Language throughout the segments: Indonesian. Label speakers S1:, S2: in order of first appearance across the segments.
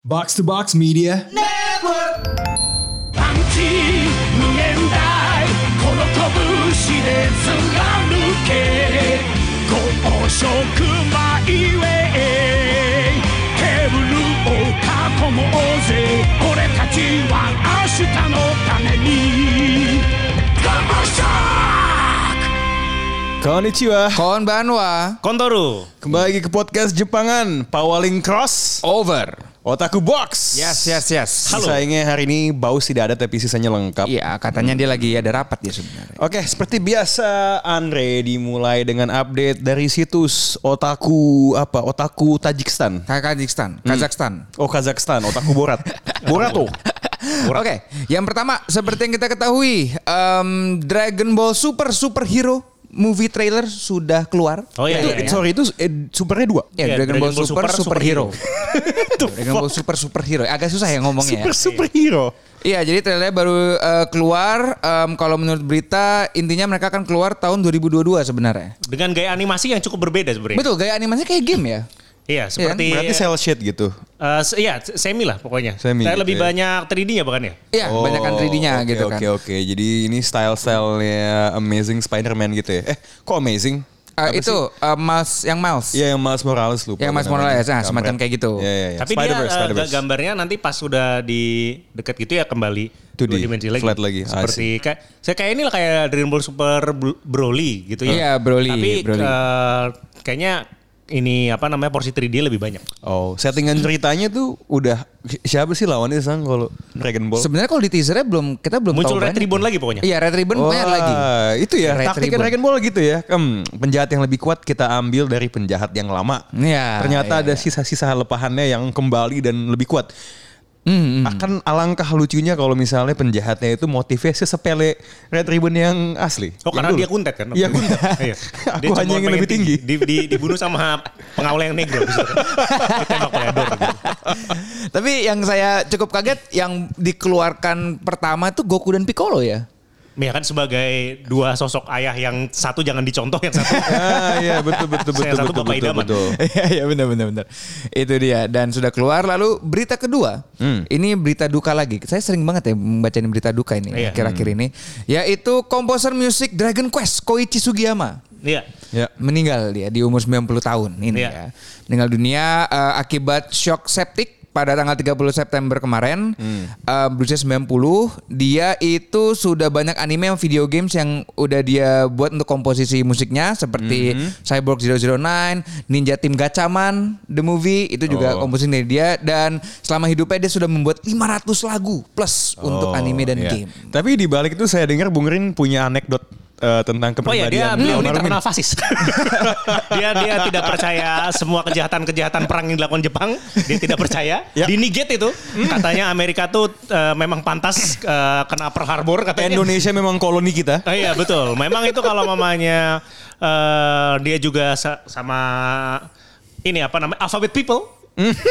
S1: Box to Box Media.
S2: パンチ無限大この拳で貫け五色マイウェイケーブルを囲もうぜ俺たちは明日のためにガマシャーク
S3: Konnichiwa
S4: Kon Banwa
S3: Kontoru Kembali lagi ke podcast Jepangan Pawaling Cross
S4: over.
S3: Otaku Box
S4: Yes, yes, yes.
S3: Sayangnya hari ini Baus tidak ada tapi sisanya lengkap
S4: Iya, katanya dia lagi ada rapat dia sebenarnya.
S3: Oke, seperti biasa Andre dimulai dengan update dari situs Otaku apa? Otaku Tajikistan.
S4: Kazakhstan, Kazakhstan.
S3: Oh, Kazakhstan, Otaku Borat. Borato.
S4: Oke, yang pertama seperti yang kita ketahui, em, Dragon Ball Super Superhero movie trailer sudah keluar.
S5: Oh iya,
S3: itu,
S5: iya, iya.
S3: sorry itu eh, supernya dua.
S4: Ya,
S5: Iya,
S4: Dragon, Ball Super, Superhero.
S3: The
S4: Dragon Ball Super Superhero. Agak susah ya
S3: fuck?
S4: ngomongnya.
S3: Super
S4: ya.
S3: superhero.
S4: Iya, jadi trailernya baru eh, keluar. Em, kalau menurut berita, intinya mereka akan keluar tahun 2022 sebenarnya.
S5: dengan gaya animasi yang cukup berbeda sebenarnya.
S4: Betul, gaya animasinya kayak game ya.
S5: Iya, seperti
S3: Berarti cell shade gitu.
S5: eh, se- iya, se- semi lah pokoknya.
S3: Semi
S5: Kayak
S3: gitu
S5: lebih
S3: ya.
S5: banyak 3D-nya bahkan ya.
S4: Iya,
S3: Oh,
S4: banyak 3D-nya
S3: oke,
S4: gitu
S3: Oke
S4: kan.
S3: oke. Jadi ini style-stylenya Amazing Spider-Man gitu ya. Eh, kok Amazing?
S4: Eh,
S3: Apa
S4: itu
S3: sih?
S4: eh, Miles yang Miles.
S3: Iya yang Miles Morales lupa.
S4: Yang Miles
S3: namanya.
S4: Morales, nah,
S3: Kampret.
S4: semacam kayak gitu.
S3: Iya iya. iya.
S5: Tapi dia eh, ga- gambarnya nanti pas sudah di dekat gitu ya kembali
S3: 2D,
S5: dua dimensi lagi.
S3: flat lagi, I
S5: Seperti kayak saya kayak ini lah kayak Dragon Ball Super Bro- Broly gitu ya.
S4: Iya, Broly,
S5: Tapi
S4: Broly.
S5: eh, kayaknya ini apa namanya porsi 3D lebih banyak.
S3: Oh, settingan ceritanya tuh udah si- siapa sih lawannya sang kalau Dragon Ball?
S4: Sebenarnya kalau di teasernya belum kita belum
S5: Muncul
S4: tahu
S5: Red
S4: banyak.
S5: Ribbon lagi pokoknya.
S4: Iya, Red Ribbon
S3: Wah,
S4: banyak lagi.
S3: Itu ya,
S4: Red
S3: taktik
S4: Ribbon.
S3: Dragon Ball gitu ya. Hmm, penjahat yang lebih kuat kita ambil dari penjahat yang lama.
S4: Iya,
S3: Ternyata
S4: iya,
S3: ada
S4: iya.
S3: sisa-sisa lepahannya yang kembali dan lebih kuat.
S4: Hmm.
S3: Akan alangkah lucunya kalau misalnya penjahatnya itu motifnya sesepele Red Ribbon yang asli.
S5: Oh karena dia
S3: Yang dulu.
S5: kuntet kan?
S3: Iya, kuntet.
S5: Iya.
S3: Aku
S5: cuma
S3: hanya ingin
S5: pengen
S3: lebih tinggi.
S5: Di- di- dibunuh sama pengawal yang negro. gitu. abis itu. Ditembak pakai dor. gitu.
S4: Tapi yang saya cukup kaget yang dikeluarkan pertama tuh Goku dan Piccolo ya.
S5: Ya kan sebagai dua sosok ayah yang satu jangan dicontoh yang satu.
S3: Ah, iya betul betul betul
S5: Saya satu
S3: betul
S5: Bapak
S3: betul,
S5: Idaman.
S3: betul.
S4: Iya, iya benar benar benar. Itu dia dan sudah keluar lalu berita kedua. Ini berita duka lagi. Saya sering banget ya membacain berita duka ini
S5: Iya.
S4: akhir-akhir ini yaitu komposer musik Dragon Quest Koichi Sugiyama.
S5: Iya.
S3: Ya.
S4: meninggal dia di umur 90 tahun ini
S5: Iya.
S4: ya. Meninggal dunia eh, akibat shock septik pada tanggal 30 September kemarin.
S3: Hmm.
S4: Eh, berusia 90, dia itu sudah banyak anime dan video games yang udah dia buat untuk komposisi musiknya seperti
S3: Hmm.
S4: Cyborg 009, Ninja Team Gachaman the movie itu juga
S3: Oh.
S4: komposisi dari dia dan selama hidupnya dia sudah membuat 500 lagu plus untuk
S3: Oh,
S4: anime dan
S3: iya.
S4: game.
S3: Tapi di balik itu saya dengar Bung Rin punya anekdot eh, tentang
S5: Oh ya dia
S3: kepribadian
S5: beliau ini
S3: almarhum
S5: terkenal fasis. dia dia tidak percaya semua kejahatan-kejahatan perang yang dilakukan Jepang, dia tidak percaya.
S3: Ya.
S5: Di Niget itu katanya Amerika tuh eh, memang pantas eh, kena Pearl Harbor katanya.
S3: Indonesia memang koloni kita.
S5: Oh iya betul. Memang itu kalau mamanya eh, dia juga sa- sama ini apa namanya alphabet people.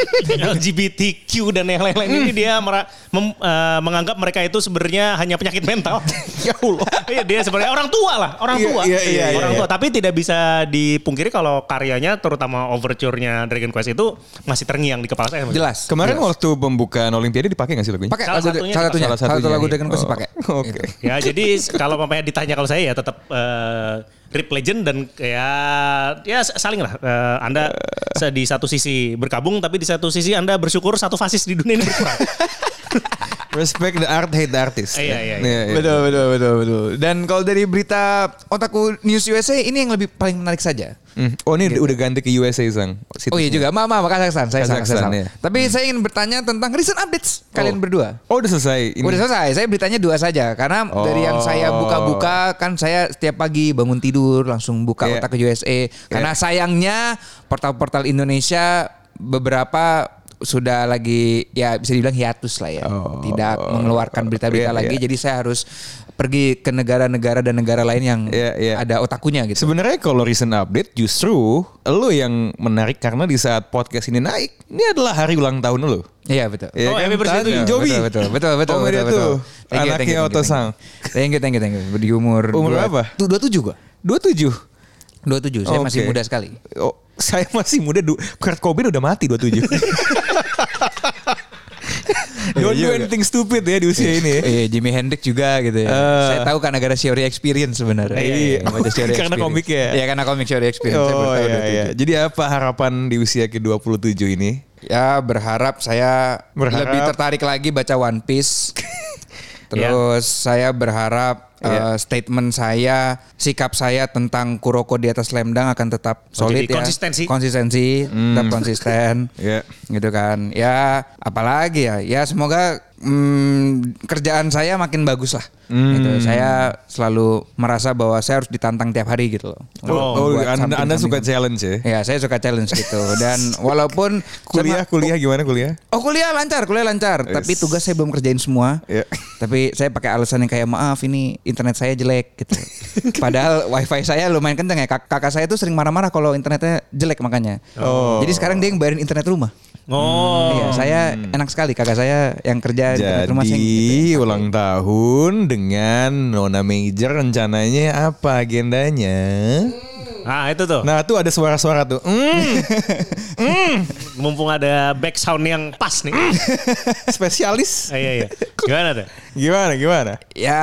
S5: LGBTQ dan yang lain-lain ini dia mera- mem- eh, menganggap mereka itu sebenarnya hanya penyakit mental. ya Allah. Iya dia sebenarnya orang tua lah, orang
S3: Iya,
S5: tua.
S3: iya, iya,
S5: orang
S3: iya,
S5: tua, tapi tidak bisa dipungkiri kalau karyanya terutama overture-nya Dragon Quest itu masih terngiang di kepala saya.
S4: Jelas.
S3: Kemarin
S4: jelas.
S3: waktu pembukaan Olimpiade dipakai nggak sih lagunya?
S4: pakai
S5: Salah
S4: lagu
S5: satunya
S4: salah satunya,
S3: Salah
S4: salah satu
S3: satunya.
S4: lagu Dragon Quest
S3: Oh,
S4: dipakai.
S3: Oke.
S4: Gitu.
S5: ya jadi s- kalau mamanya ditanya kalau saya ya tetap eh, Rip Legend dan ya ya s- saling lah Eh, Anda se- di satu sisi berkabung tapi di satu sisi Anda bersyukur satu fasis di dunia ini berkurang.
S3: Respect the art, hate the artist. Ya.
S5: Iya, iya, iya.
S4: Betul, betul, betul, betul. Dan kalau dari berita Otaku News USA ini yang lebih paling menarik saja.
S3: Hmm. Oh ini udah ganti ke USA sang.
S4: Oh iya juga, maaf, maaf, Kazakhstan. Saya salah, saya
S3: Kazakhstan,
S4: salah.
S3: iya.
S4: Tapi saya ingin bertanya tentang recent updates kalian berdua.
S3: Oh udah selesai. Ini.
S4: Udah selesai, saya beritanya dua saja. Karena
S3: Oh.
S4: dari yang saya buka-buka, kan saya setiap pagi bangun tidur langsung buka
S3: Iya.
S4: otak ke USA. Karena sayangnya portal-portal Indonesia beberapa sudah lagi ya bisa dibilang hiatus lah ya.
S3: Oh.
S4: Tidak mengeluarkan
S3: Iya,
S4: berita-berita lagi.
S3: iya.
S4: Jadi saya harus pergi ke negara-negara dan negara lain yang
S3: Iya, iya.
S4: ada otakunya gitu.
S3: Sebenarnya kalau recent update justru lo yang menarik karena di saat podcast ini naik, ini adalah hari ulang tahun lo.
S4: Iya betul.
S3: Iya
S5: Oh, happy birthday
S3: Tanya,
S5: to you.
S3: Joby.
S4: Betul betul betul betul.
S3: Om dia
S4: betul, betul.
S3: Oh, iya tuh,
S4: Thank you, thank you,
S3: Anaknya
S4: thank you,
S3: Oto Sang.
S4: Thank you, thank you, thank you. Di umur
S3: Umur berapa?
S4: Tuh 27 gua.
S3: 27.
S4: 27, saya masih
S3: Oke.
S4: muda sekali.
S3: Oh, saya masih muda. Du- Kurt Cobain udah mati 27. Don't do anything stupid ya di usia ini ya.
S4: Iya, Jimi Hendrix juga gitu ya.
S3: Eh.
S4: Saya tahu karena gara Theory Experience sebenarnya.
S3: Iya, iya.
S4: Baca Theory
S3: Karena
S4: Experience.
S3: komik ya?
S4: Iya, karena komik Theory Experience. Saya baru
S3: Oh iya,
S4: tahu dua
S3: iya.
S4: tujuh.
S3: Jadi apa harapan di usia ke-27 ini?
S4: Ya, berharap saya
S3: Berharap.
S4: lebih tertarik lagi baca One Piece. Terus saya berharap
S3: Iya.
S4: eh, statement saya, sikap saya tentang Kuroko di atas Lemdang akan tetap
S3: Oh,
S4: solid
S5: jadi
S4: ya.
S5: konsistensi.
S4: Konsistensi, tetap konsisten.
S3: Hmm. Iya.
S4: Gitu kan. Ya, apalagi ya. Ya semoga mm, kerjaan saya makin bagus lah. Gitu.
S3: Hmm.
S4: Saya selalu merasa bahwa saya harus ditantang tiap hari gitu loh.
S3: Oh,
S4: Buat
S3: anda,
S4: something-
S3: anda suka
S4: something-
S3: challenge ya?
S4: Ya, saya suka challenge gitu. Dan walaupun
S3: Kuliah, kuliah gimana kuliah?
S4: Oh kuliah lancar, kuliah lancar. Tapi
S3: Yes.
S4: tugas saya belum kerjain semua.
S3: Iya.
S4: Tapi saya pakai alasan yang kayak maaf ini internet saya jelek gitu. Padahal wifi saya lumayan kenceng ya. Kak- kakak saya tuh sering marah-marah kalau internetnya jelek makanya.
S3: Oh.
S4: Jadi sekarang dia yang bayarin internet rumah.
S5: Oh.
S4: Iya, saya enak sekali kakak saya yang kerja di internet rumah saya. yang gitu.
S3: Hmm. Jadi ulang tahun dengan Nona Major rencananya apa agendanya?
S5: Nah itu tuh.
S3: Nah tuh ada suara-suara tuh. Hmm,
S5: Mumpung ada back sound yang pas nih.
S3: spesialis.
S5: Ah, iya iya. Gimana tuh?
S3: Gimana gimana?
S4: Ya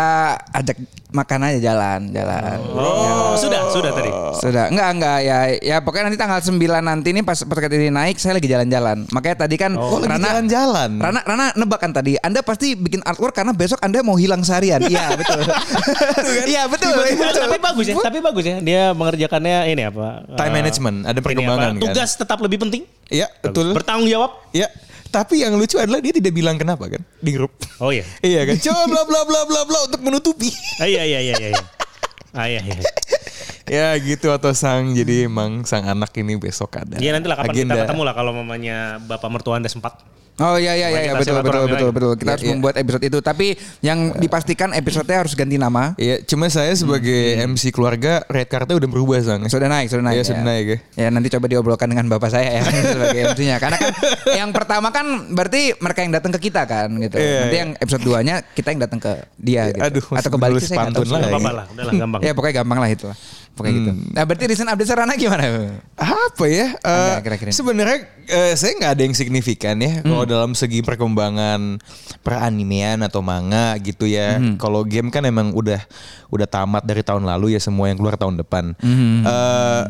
S4: ajak makan aja jalan, jalan.
S5: Oh, sudah, sudah tadi.
S4: Sudah, enggak enggak ya. Ya pokoknya nanti tanggal 9 nanti nih pas pas ini naik saya lagi jalan-jalan. Makanya tadi kan
S3: Oh, lagi
S4: Rana-
S3: jalan-jalan.
S4: Rana, Rana nebak kan tadi, Anda pasti bikin artwork karena besok Anda mau hilang seharian. Iya betul.
S3: kan?
S4: Iya betul. betul.
S5: tapi bagus ya, tapi bagus ya. Dia mengerjakannya ini apa?
S3: Time
S5: eh,
S3: management, ada
S5: ini apa,
S3: perkembangan kan?
S5: Tugas tetap lebih penting.
S3: Iya betul.
S5: Bertanggung jawab.
S3: Ya, tapi yang lucu adalah dia tidak bilang kenapa kan di grup.
S5: Oh iya.
S3: iya kan? Coba bla bla bla bla bla untuk menutupi.
S5: Ah, iya iya iya iya. iya. Ah, iya, iya.
S3: ya gitu atau sang jadi emang sang anak ini besok ada.
S5: Iya nanti lah kapan
S3: agenda.
S5: kita ketemu lah kalau mamanya bapak mertua anda sempat.
S4: Oh iya iya iya
S5: Makanya
S4: iya,
S5: kita
S4: betul betul
S5: silaturahmi
S4: betul
S5: lagi.
S4: betul. Kita
S3: Iya,
S4: harus
S3: iya.
S4: membuat episode itu. Tapi yang dipastikan episodenya harus ganti nama.
S3: Iya, cuma saya sebagai MC keluarga red cardnya udah berubah sang.
S4: Hmm, Sudah naik, sudah naik.
S3: Iya, sudah naik ya.
S4: Ya nanti coba diobrolkan dengan bapak saya ya sebagai MC-nya. Karena kan yang pertama kan berarti mereka yang datang ke kita kan gitu.
S3: Iya,
S4: nanti
S3: iya.
S4: yang episode 2-nya kita yang datang ke dia gitu.
S3: aduh,
S4: Atau kebalik
S3: nulis
S4: saya nggak tahu
S3: pantun
S4: sih.
S5: Gak
S3: Lah, Hmm.
S5: apa-apa
S3: iya.
S5: lah, udah lah gampang.
S4: Ya pokoknya gampang lah itu lah. Pokoknya gitu. Nah berarti recent update Sarana gimana?
S3: apa ya? Eh,
S4: Anda kira-kira Hmm. ini?
S3: Sebenarnya eh, saya nggak ada yang signifikan ya kalau dalam segi perkembangan peranimean atau manga gitu ya.
S4: Hmm.
S3: Kalau game kan emang udah udah tamat dari tahun lalu ya semua yang keluar tahun depan.
S4: Hmm,
S3: Eh,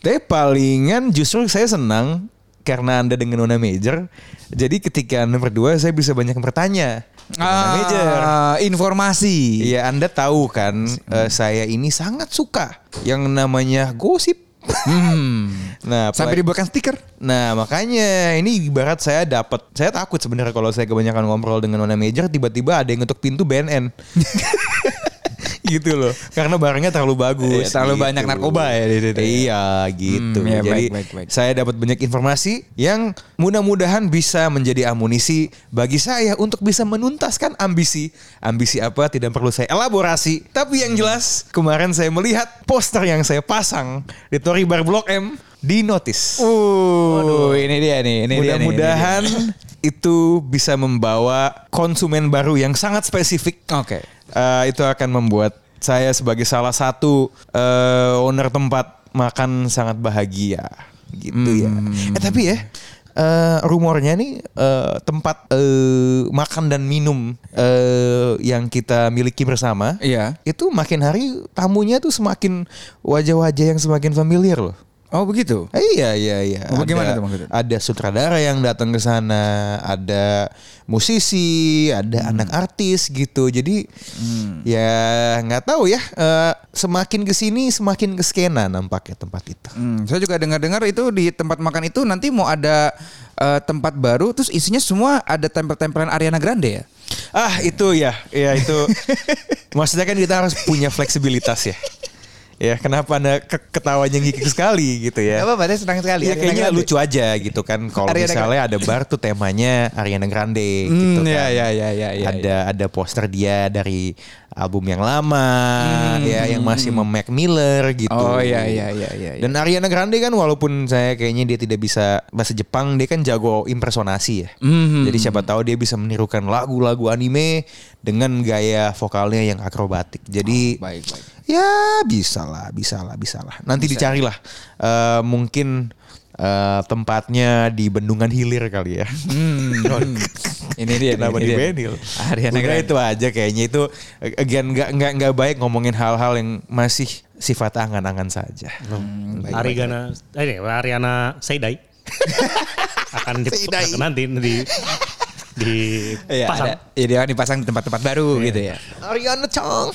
S3: Tapi palingan justru saya senang karena anda dengan Nona Major, jadi ketika anda berdua saya bisa banyak bertanya. Nona Major,
S4: Ah, informasi.
S3: Iya, Anda tahu kan eh, saya ini sangat suka yang namanya gosip. nah,
S4: Hmm.
S3: apalagi-
S4: Sampai dibuatkan stiker.
S3: nah makanya ini ibarat saya dapat saya takut sebenarnya kalau saya kebanyakan ngobrol dengan Nona Major tiba-tiba ada yang ngetuk pintu BNN. gitu loh. Karena barangnya terlalu bagus. Gitu.
S4: Iya, terlalu banyak narkoba ya di situ.
S3: Iya, gitu.
S4: Hmm, ya,
S3: Jadi
S4: baik, baik, baik.
S3: saya dapat banyak informasi yang mudah-mudahan bisa menjadi amunisi bagi saya untuk bisa menuntaskan ambisi. Ambisi apa tidak perlu saya elaborasi. Tapi yang jelas kemarin saya melihat poster yang saya pasang di Tori Bar Blok M di notice.
S4: Uh, ini dia nih. Ini dia nih, ini dia.
S3: Mudah-mudahan itu bisa membawa konsumen baru yang sangat spesifik.
S4: Oke.
S3: Eh, itu akan membuat saya sebagai salah satu eh, owner tempat makan sangat bahagia, gitu ya.
S4: Hmm.
S3: Eh tapi ya. eh, rumornya nih eh, tempat eh, makan dan minum eh, yang kita miliki bersama,
S4: Iya.
S3: itu makin hari tamunya tuh semakin wajah-wajah yang semakin familiar loh.
S4: Oh begitu.
S3: Eh, Iya iya iya.
S4: Oh, bagaimana
S3: ada,
S4: tuh maksudnya?
S3: Ada sutradara yang datang ke sana, ada musisi, ada anak artis gitu. Jadi ya nggak tahu ya. eh, semakin kesini semakin keskena nampaknya tempat itu.
S4: Hmm, saya juga dengar-dengar itu di tempat makan itu nanti mau ada eh, tempat baru terus isinya semua ada tempel-tempelan Ariana Grande ya.
S3: Ah itu ya, ya itu. Maksudnya kan kita harus punya fleksibilitas ya. Ya kenapa anda ke- ketawanya gigik sekali gitu ya?
S4: Gak apa-apa, saya senang sekali.
S3: Ya
S4: Ariana
S3: kayaknya
S4: Grande.
S3: lucu aja gitu kan kalau
S4: Ariana
S3: misalnya ada bar tuh temanya Ariana Grande gitu kan.
S4: Hmm, ya, ya, ya, ya, ya,
S3: ada ada poster dia dari album yang lama ya yang masih mem Mac Miller gitu.
S4: Hmm. Oh, ya, ya, ya, ya, ya.
S3: Dan Ariana Grande kan walaupun saya kayaknya dia tidak bisa bahasa Jepang dia kan jago impersonasi ya.
S4: Hmm.
S3: Jadi siapa tahu dia bisa menirukan lagu-lagu anime dengan gaya vokalnya yang akrobatik. Jadi
S4: Oh, baik, baik.
S3: Ya bisa lah, bisa lah, bisa lah. Nanti dicarilah Eh, mungkin eh, tempatnya di Bendungan Hilir kali ya.
S4: Hmm. Ini dia.
S3: Kenapa
S4: ini
S3: di
S4: dia.
S3: Benil?
S4: Ariana
S3: Udah
S4: Grande.
S3: itu aja kayaknya itu again nggak nggak nggak baik ngomongin hal-hal yang masih sifat angan-angan saja.
S5: Hmm. Ariana, eh, Ariana Seidai akan dipakai nanti di di
S3: Eh,
S4: Iya,
S5: pasang.
S4: ada. Ya, dia dipasang di tempat-tempat baru gitu ya.
S3: Ariana Chong.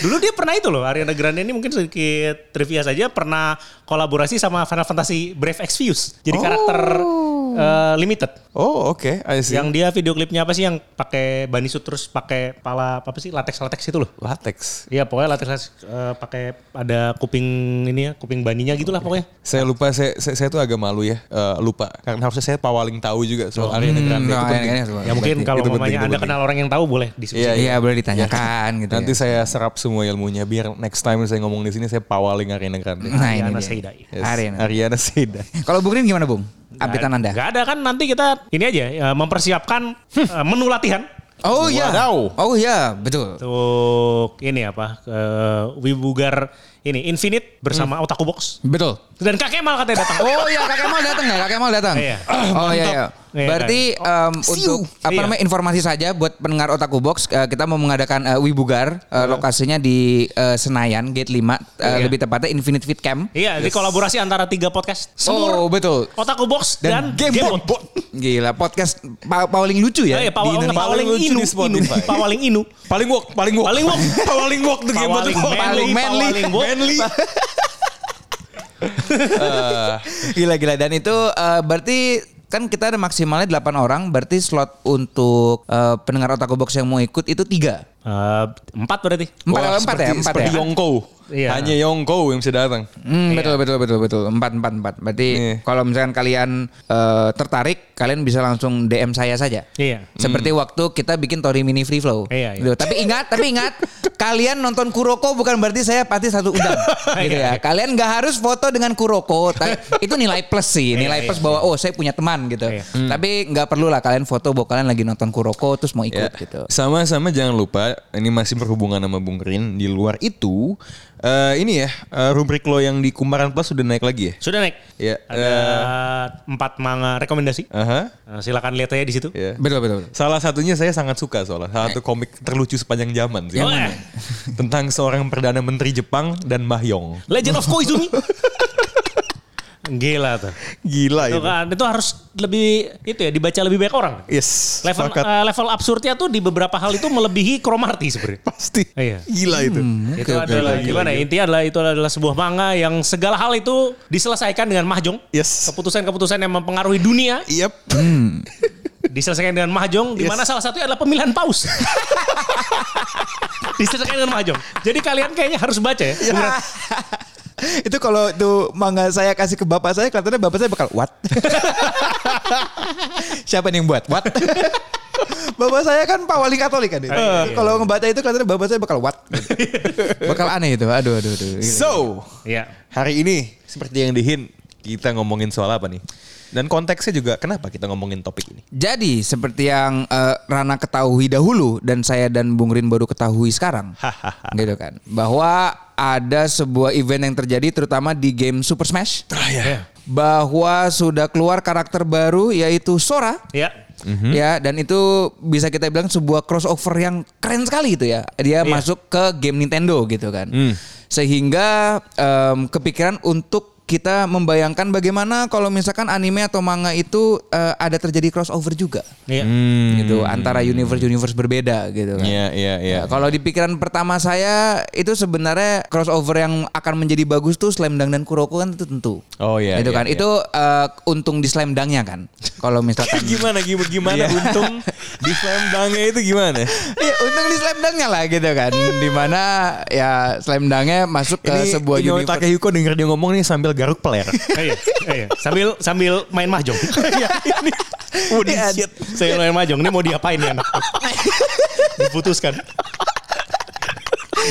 S5: Dulu dia pernah itu loh Ariana Grande ini mungkin sedikit trivia saja pernah kolaborasi sama Final Fantasy Brave Exvius. Jadi karakter eh, limited.
S3: Oh oke, I see.
S4: Iya.
S5: Yang dia video klipnya apa sih yang pakai bunny suit terus pakai pala apa sih latex-latex itu loh.
S3: latex.
S5: Iya pokoknya latex eh, pakai ada kuping ini ya, kuping baninya gitu lah pokoknya.
S3: Saya lupa, saya, saya, saya tuh agak malu ya, eh, lupa. Karena harusnya saya paling tahu juga soal
S4: hmm,
S3: Ariana
S4: nah,
S3: Grande.
S4: oh,
S3: itu kan penting.
S5: Ya mungkin kalau
S3: Itu penting,
S5: mamanya
S3: itu
S5: Anda
S3: penting.
S5: kenal orang yang tahu boleh diskusi.
S3: Iya,
S4: Iya boleh ditanyakan gitu.
S3: Nanti
S4: ya.
S3: saya serap semua ilmunya biar next time saya ngomong di sini saya pawaling Ariana Grande.
S4: Nah ini
S5: Ariana
S4: dia.
S5: Seidai.
S3: Yes,
S4: Ariana.
S3: Ariana Sida.
S4: Kalau Bung Rin gimana Bung? Updatean Anda?
S5: Gak ada kan nanti kita ini aja eh, mempersiapkan eh, menu latihan
S4: Oh iya.
S3: Wow.
S4: Oh iya betul.
S5: untuk ini apa eh, Wibugar ini Infinite bersama
S4: Hmm.
S5: Otaku Box
S4: Betul.
S5: dan Kak Kemal katanya datang.
S4: Oh iya Kak Kemal datang ya, Kak Kemal datang.
S5: Iya.
S4: Oh iya iya.
S5: Iya,
S4: Berarti em, untuk apa
S5: Iya.
S4: namanya informasi saja buat pendengar Otaku Box eh, kita mau mengadakan eh, Wibugar eh, lokasinya di eh, Senayan Gate 5 eh,
S5: Iya.
S4: lebih tepatnya Infinite Fit Camp.
S5: Iya, jadi kolaborasi antara tiga podcast. Semur,
S4: Oh betul.
S5: Otaku Box dan,
S4: Game Boy. Gila podcast pa- paling lucu ya.
S5: Eh,
S4: di
S5: Pawaling,
S4: Indonesia.
S5: Pawaling
S3: lucu
S5: Inu,
S3: di
S5: Inu,
S3: Spotify.
S5: Pawaling Inu.
S3: Paling wok, paling wok.
S5: Paling wok,
S3: paling wok tuh game
S5: Pawaling
S3: betul.
S5: manly,
S4: Pawaling manly.
S5: Pawaling wok.
S3: Manly.
S4: Gila-gila dan itu eh, berarti kan kita ada maksimalnya 8 orang berarti slot untuk eh, pendengar Otaku Box yang mau ikut itu 3.
S5: Eh, empat berarti.
S4: Empat,
S3: Wah,
S4: empat ya,
S3: seperti-
S4: empat
S3: seperti
S4: ya.
S3: Yongko.
S5: Iya.
S3: Hanya Yongko yang bisa datang.
S4: Hmm, betul betul betul betul. Empat empat empat. Berarti
S3: Iya.
S4: kalau misalkan kalian eh, tertarik, kalian bisa langsung DM saya saja.
S5: Iya.
S4: Seperti waktu kita bikin Tori Mini Free Flow.
S5: Iya, iya.
S4: Gitu. Tapi ingat, tapi ingat, kalian nonton Kuroko bukan berarti saya pasti satu udang,
S5: Iya,
S4: gitu ya. Kalian nggak harus foto dengan Kuroko. Ta- itu nilai plus sih, nilai
S5: Iya,
S4: plus bahwa oh saya punya teman gitu.
S5: Iya.
S4: Tapi nggak perlu lah kalian foto bahwa kalian lagi nonton Kuroko terus mau
S3: Ya.
S4: ikut
S5: Iya.
S4: gitu.
S3: Sama-sama jangan lupa ini masih berhubungan sama Bung Rin di luar itu eh, ini ya eh, rubrik lo yang di Kumaran Plus sudah naik lagi ya.
S5: Sudah naik.
S3: Iya.
S5: Ada empat manga rekomendasi.
S3: Aha.
S5: Eh, silakan lihat aja di situ.
S3: Ya.
S4: Betul betul. betul.
S3: Salah satunya saya sangat suka soalnya salah satu komik terlucu sepanjang zaman sih.
S5: Yang mana?
S3: Tentang seorang perdana menteri Jepang dan Mahyong.
S5: Legend of Koizumi. Gila tuh.
S3: Gila
S5: Itu
S3: itu.
S5: kan itu harus lebih itu ya dibaca lebih banyak orang.
S3: Yes.
S5: Level
S3: Iya, sepakat.
S5: eh, level absurdnya tuh di beberapa hal itu melebihi Cromarty sebenarnya.
S3: pasti.
S5: Iya.
S3: Gila itu.
S5: itu adalah gimana ya? Intinya adalah itu adalah sebuah manga yang segala hal itu diselesaikan dengan mahjong.
S3: Yes.
S5: Keputusan-keputusan yang mempengaruhi dunia
S3: Yep.
S5: diselesaikan dengan mahjong di mana salah satunya adalah pemilihan paus. diselesaikan dengan mahjong. Jadi kalian kayaknya harus baca ya.
S4: Iya. itu kalau tuh mangga saya kasih ke bapak saya kelihatannya bapak saya bakal what siapa nih yang buat what
S1: Bapak saya kan Pawaling Katolik kan. dia. Kalau ngebaca itu katanya bapak saya bakal what?
S4: bakal aneh itu aduh aduh aduh
S3: So,
S5: Iya.
S3: hari ini seperti yang dihin kita ngomongin soal apa nih? Dan konteksnya juga kenapa kita ngomongin topik ini?
S4: jadi seperti yang eh, Rana ketahui dahulu dan saya dan Bung Rin baru ketahui sekarang gitu kan bahwa ada sebuah event yang terjadi terutama di game Super Smash
S5: Iya.
S4: bahwa sudah keluar karakter baru yaitu Sora
S5: Iya.
S4: Ya, dan itu bisa kita bilang sebuah crossover yang keren sekali itu ya. Dia masuk ke game Nintendo gitu kan. Sehingga em, kepikiran untuk kita membayangkan bagaimana kalau misalkan anime atau manga itu eh, ada terjadi crossover juga.
S5: Iya.
S4: Gitu, antara universe-universe berbeda gitu kan.
S3: Hmm. Iya, iya, iya.
S4: Ya, kalau di pikiran pertama saya itu sebenarnya crossover yang akan menjadi bagus tuh Slam Dunk dan Kuroko kan itu tentu.
S3: Oh, iya,
S4: Itu
S3: iya,
S4: kan.
S3: iya.
S4: Itu eh, untung di Slam Dunk-nya kan. Kalau misalkan
S3: gimana gimana gimana untung di slam dunk-nya itu gimana?
S4: Iya, untung di slam dunk-nya lah gitu kan. Dimana ya slam dunk-nya masuk ke sebuah
S3: Inoue
S4: universe.
S3: Takehiko denger dia ngomong nih sambil garuk peler.
S5: Iya. Iya. Sambil sambil main mahjong. Iya. Ini Waduh, shit. Saya main mahjong. Ini mau diapain ya anak? Diputuskan.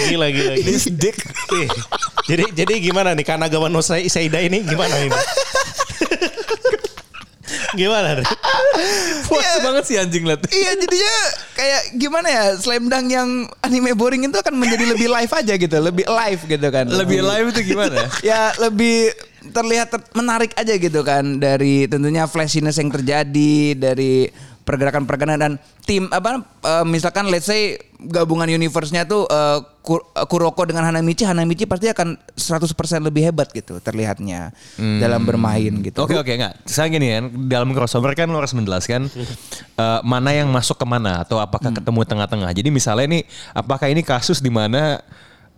S5: Gila, gila, gila.
S3: This dick.
S5: Iya. jadi jadi gimana nih Kanagawa no Sai- Saida ini gimana ini? gimana? Dre?
S3: Puas banget sih anjing liat.
S4: Iya jadinya kayak gimana ya slam dunk yang anime boring itu akan menjadi lebih live aja gitu, lebih live gitu kan.
S3: Lebih live tuh gimana?
S4: ya lebih terlihat ter- menarik aja gitu kan dari tentunya flashiness yang terjadi dari pergerakan-pergerakan dan tim apa eh, misalkan let's say gabungan universe-nya tuh eh, Kur- eh, Kuroko dengan Hanamichi Hanamichi pasti akan 100% lebih hebat gitu terlihatnya dalam bermain gitu.
S3: Hmm. Oke oke enggak. Saya gini kan dalam crossover kan lo harus menjelaskan eh, mana yang masuk ke mana atau apakah ketemu tengah-tengah. Jadi misalnya ini apakah ini kasus di mana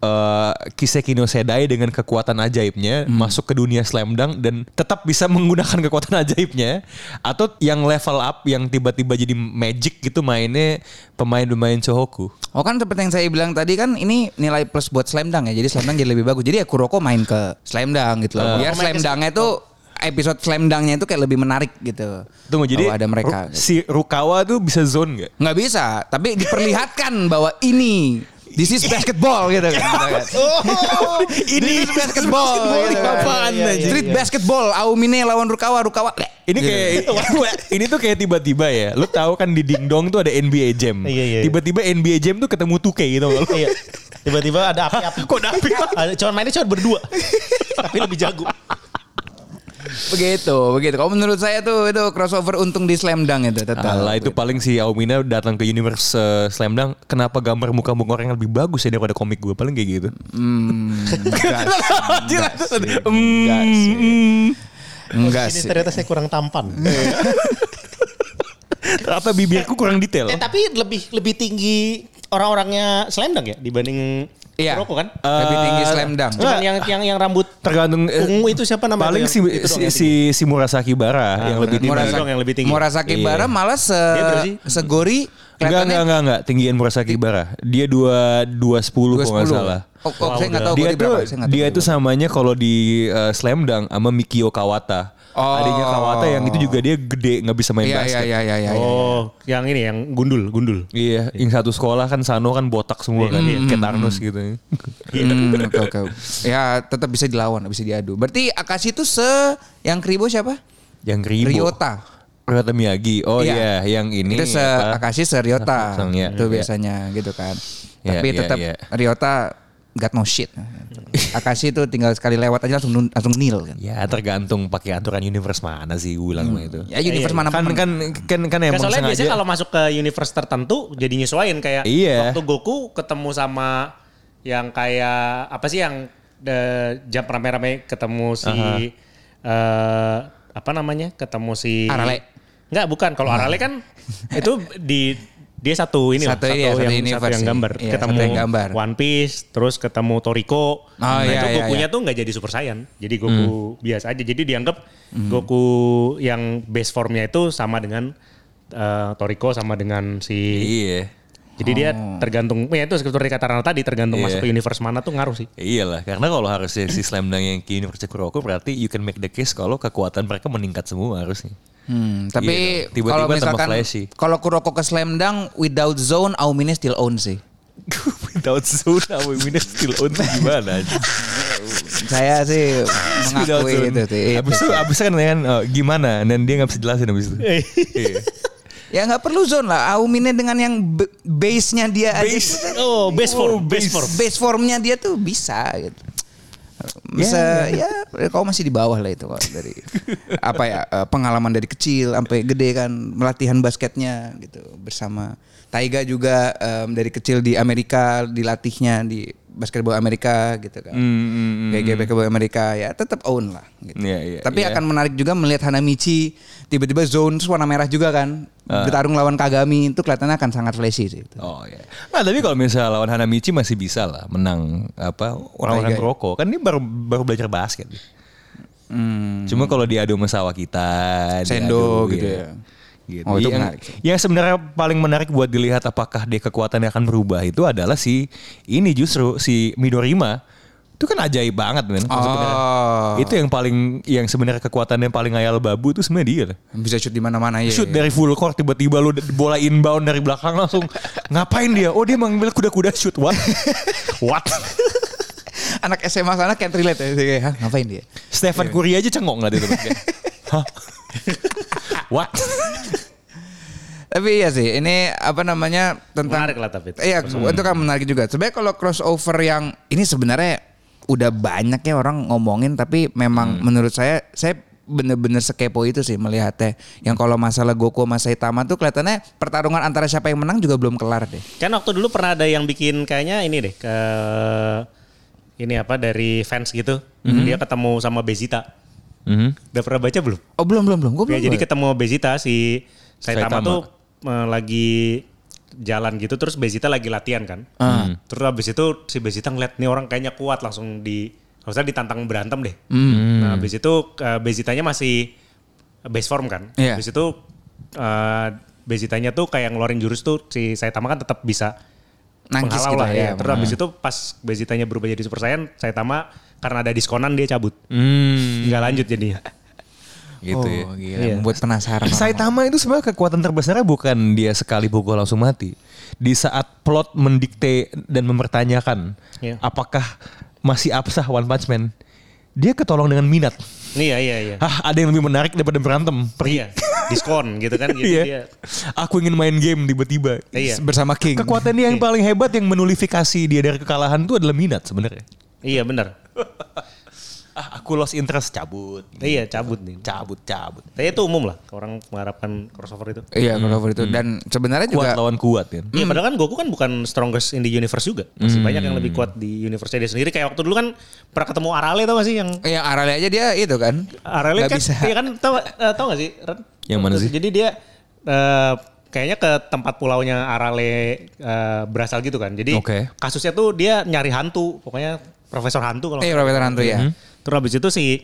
S3: eh, Kiseki no Sedai dengan kekuatan ajaibnya masuk ke dunia slam dunk dan tetap bisa menggunakan kekuatan ajaibnya atau yang level up yang tiba-tiba jadi magic gitu mainnya pemain-pemain Chohoku.
S4: Oh kan seperti yang saya bilang tadi kan ini nilai plus buat slam dunk ya. Jadi slam dunk jadi lebih bagus. Jadi ya Kuroko main ke slam dunk
S3: Eh.
S4: gitu loh. Biar slam dunk-nya itu episode slam dunk-nya itu kayak lebih menarik gitu.
S3: Tunggu jadi
S4: Bahwa ada mereka. gitu.
S3: Ru- si Rukawa tuh bisa zone gak?
S4: Nggak bisa, tapi diperlihatkan bahwa ini This is basketball gitu kan.
S5: Oh.
S4: ini is basketball. gitu kan.
S3: apaan,
S4: Iya, iya, iya. Gitu. Street basketball. Aumine lawan Rukawa, Rukawa. Nah,
S3: Ini kayak ini tuh kayak tiba-tiba ya. Lu tahu kan di Ding Dong tuh ada NBA Jam.
S5: Iya, iya, iya.
S3: Tiba-tiba NBA Jam tuh ketemu 2K gitu loh.
S5: Iya. Tiba-tiba ada api-api. Kok ada api? Cuman mainnya cuma berdua. Tapi lebih jago.
S4: begitu, begitu. Kalau menurut saya tuh itu crossover untung di slam dunk itu tetap.
S3: Alah Nah, itu paling si Aumina datang ke universe eh, Slam Dunk, kenapa gambar muka-muka orang yang lebih bagus ya daripada komik gue paling kayak gitu.
S4: Enggak sih. Enggak sih. Hmm. Enggak
S5: Ini
S4: sih.
S5: ternyata saya kurang tampan.
S3: Ternyata bibirku kurang detail.
S5: Eh, tapi lebih lebih tinggi orang-orangnya slam dunk ya dibanding
S4: Iya.
S5: Kuroko kan?
S4: Lebih tinggi slam dunk.
S5: Cuman yang yang yang rambut
S3: Iya. Tergantung eh,
S5: ungu itu siapa namanya?
S3: Paling
S5: Yang-
S3: si
S5: itu
S3: si,
S5: doang yang
S3: si, si Murasaki Bara
S5: bener.
S3: yang lebih tinggi.
S5: Murasaki- dong yang lebih tinggi.
S4: Murasaki Bara malah se
S5: Dia berapa sih?
S4: segori
S3: Enggak, enggak, enggak, enggak. Tinggian Murasaki Bara. Dia 2 210 kalau nggak
S4: 210.
S3: salah.
S4: Oh, oh, saya enggak tahu
S3: dia
S4: gori berapa,
S3: tuh
S4: saya nggak tahu
S3: dia
S4: gori
S3: itu samanya kalau di uh, Slam Dunk sama Mikio Kawata.
S4: Oh.
S3: Adiknya Kawata yang itu juga dia gede nggak bisa main
S4: Iya iya
S3: basket.
S4: iya iya iya.
S5: berapa? Oh, yang ini yang gundul, gundul.
S3: Iya, yang satu sekolah kan Sano kan botak semua kan,
S5: Iya.
S3: kayak Tarnus gitu.
S4: Hmm,
S3: iya.
S4: oke oke. Ya tetap bisa dilawan, bisa diadu. Berarti Akashi itu se yang Kribo siapa?
S3: Yang Ribo.
S4: Ryota.
S3: Ryota Miyagi. Oh
S4: Iya.
S3: iya, yang ini.
S4: itu se
S3: apa?
S4: Akashi se Ryota.
S3: Sang- ya,
S4: Itu
S3: ya.
S4: biasanya gitu kan.
S3: Ya,
S4: Tapi
S3: ya,
S4: tetap
S3: ya.
S4: Ryota got no shit. Akashi itu tinggal sekali lewat aja langsung nun- langsung nil kan.
S3: Ya tergantung pakai aturan universe mana sih gue bilang mah itu.
S4: Ya universe mana
S3: Kan kan kan kan
S5: Nah,
S3: emang
S5: soalnya
S3: sengaja.
S5: biasanya kalau masuk ke universe tertentu jadi nyesuaiin kayak
S3: Iya.
S5: waktu Goku ketemu sama yang kayak apa sih yang eh, jump rame-rame ketemu si eh, apa namanya? ketemu si
S4: Arale.
S5: Enggak, bukan. Kalau Arale kan itu di dia satu ini
S4: Satu ini ya, satu
S5: yang, satu
S4: universe
S5: yang
S4: sih.
S5: gambar
S4: Iya,
S5: ketemu
S4: satu yang gambar.
S5: One Piece terus ketemu Toriko Nah,
S4: Oh, iya,
S5: itu
S4: iya,
S5: Gokunya
S4: iya.
S5: tuh nggak jadi Super Saiyan jadi Goku biasa aja jadi dianggap Goku yang base formnya itu sama dengan eh, Toriko sama dengan si
S3: Iya.
S5: jadi dia tergantung ya itu seperti kata Rano tadi tergantung
S3: Iya.
S5: masuk ke universe mana tuh ngaruh sih
S3: Iyalah, karena kalau harusnya si Slam Dunk yang ke University Kuroko berarti you can make the case kalau kekuatan mereka meningkat semua harusnya.
S4: Hmm, tapi
S3: Iya dong. Tiba-tiba
S4: kalau
S3: tambah
S4: misalkan
S3: flashy.
S4: kalau Kuroko ke slam dunk without zone Aumine still own sih.
S3: Without Zone, our winner still on tuh gimana?
S4: Saya sih
S3: Without
S4: mengakui
S3: Zone.
S4: itu sih. Itu
S3: Abis itu, abis itu kan nanya kan oh, gimana? Dan dia nggak bisa jelasin abis itu.
S4: Eh.
S3: Iya.
S4: Ya nggak perlu zone lah. Aumine dengan yang b- base-nya dia aja. kan
S5: oh base form base, form
S4: Base formnya dia tuh bisa gitu. Bisa ya kau masih di bawah lah itu kok dari apa ya eh, pengalaman dari kecil sampai gede kan melatihan basketnya gitu bersama Taiga juga em, dari kecil di Amerika dilatihnya di basketball Amerika gitu kan.
S3: hmm.
S4: GG basketball Amerika ya tetap own lah gitu.
S3: Iya, iya,
S4: Tapi
S3: iya.
S4: akan menarik juga melihat Hanamichi tiba-tiba zone terus warna merah juga kan. Bertarung lawan Kagami itu kelihatannya akan sangat flashy sih.
S3: Ah. Oh ya. Nah tapi kalau misalnya lawan Hanamichi masih bisa lah menang apa orang-orang
S4: Taiga.
S3: Kuroko. Kan ini baru baru belajar basket.
S4: Hmm.
S3: Cuma kalau diadu sama sawah kita,
S4: Sendo
S3: diadu,
S4: gitu
S3: iya.
S4: ya.
S3: Gitu.
S4: Oh, itu
S3: yang,
S4: menarik sih.
S3: yang sebenarnya paling menarik buat dilihat apakah dia kekuatannya akan berubah itu adalah si ini justru si Midorima itu kan ajaib banget men sebenarnya.
S4: Oh.
S3: Itu yang paling yang sebenarnya kekuatannya yang paling ngayal babu itu sebenarnya dia. lah.
S4: bisa shoot di mana-mana ya.
S3: Shoot dari full court tiba-tiba lu d- bola inbound dari belakang langsung ngapain dia? Oh dia manggil kuda-kuda shoot what? what?
S4: anak SMA sana can't relate ya. Jadi kayak, "Hah, ngapain dia?
S3: Stefan
S4: Iya.
S3: Curry aja cengok nggak dia tuh? Kayak, Hah? What?
S4: Tapi iya sih, ini apa namanya tentang
S5: Menarik lah tapi itu.
S4: Iya, itu kan menarik juga. Sebenarnya kalau crossover yang ini sebenarnya udah banyak ya orang ngomongin tapi memang
S5: Hmm.
S4: menurut saya saya bener-bener sekepo itu sih melihatnya. Yang kalau masalah Goku sama Saitama tuh kelihatannya pertarungan antara siapa yang menang juga belum kelar deh.
S5: Kan waktu dulu pernah ada yang bikin kayaknya ini deh ke ini apa dari fans gitu. Dia ketemu sama Bezita.
S3: Mhm.
S5: Udah pernah baca belum?
S4: Oh belum belum belum. Gue
S5: Ya,
S4: belum.
S5: jadi
S4: baca.
S5: ketemu Bezita si Saitama,
S3: Saitama.
S5: tuh eh, lagi jalan gitu terus Bezita lagi latihan kan.
S4: Ah, Hmm.
S5: Terus abis itu si Bezita ngeliat nih orang kayaknya kuat langsung di harusnya ditantang berantem deh.
S4: Hmm.
S5: Nah, abis itu eh, Bezitanya masih base form kan.
S4: Iya.
S5: Abis itu eh, Bezitanya tuh kayak ngeluarin jurus tuh si Saitama kan tetap bisa
S4: Nangkis
S5: menghalau
S4: gitu
S5: lah
S4: ya,
S5: ya. Terus abis itu pas Bezitanya berubah jadi Super Saiyan, Saitama karena ada diskonan dia cabut.
S4: Hmm.
S5: Nggak lanjut jadinya.
S3: gitu ya.
S4: Oh, gila.
S5: Iya.
S4: Membuat penasaran. orang.
S3: Saitama itu sebenarnya kekuatan terbesarnya bukan dia sekali pukul langsung mati. Di saat plot mendikte dan mempertanyakan
S5: Iya.
S3: apakah masih absah One Punch Man, dia ketolong dengan minat.
S5: Iya, iya, iya.
S3: Hah, ada yang lebih menarik daripada berantem.
S5: Iya, diskon gitu kan gitu
S3: Iya.
S5: dia.
S3: Aku ingin main game tiba-tiba.
S5: Iya.
S4: Bersama King.
S3: Kekuatan dia yang paling hebat yang menulifikasi dia dari kekalahan itu adalah minat sebenarnya.
S5: Iya benar.
S3: Ah, aku lost interest cabut.
S5: Iya, cabut nih.
S3: Cabut, cabut.
S5: Tapi itu umum lah orang mengharapkan crossover itu.
S4: Iya kalau itu dan
S5: Hmm.
S4: sebenarnya
S3: Kuat
S4: juga
S3: lawan kuat kan.
S5: Iya, padahal kan Goku kan bukan strongest in the universe juga. Masih
S3: Hmm.
S5: banyak yang lebih kuat di universe dia sendiri. Kayak waktu dulu kan pernah ketemu Arale tau gak sih yang
S4: yang ya, Arale aja dia itu kan.
S5: Arale
S4: Nggak
S5: kan
S4: bisa.
S5: iya kan tau, eh, tau gak sih? Ren?
S3: Yang mana sih?
S5: Jadi dia eh, kayaknya ke tempat pulaunya Arale eh, berasal gitu kan. Jadi
S3: Oke.
S5: kasusnya tuh dia nyari hantu, pokoknya profesor hantu kalau
S4: Iya Profesor Hantu ya.
S5: Terus habis itu si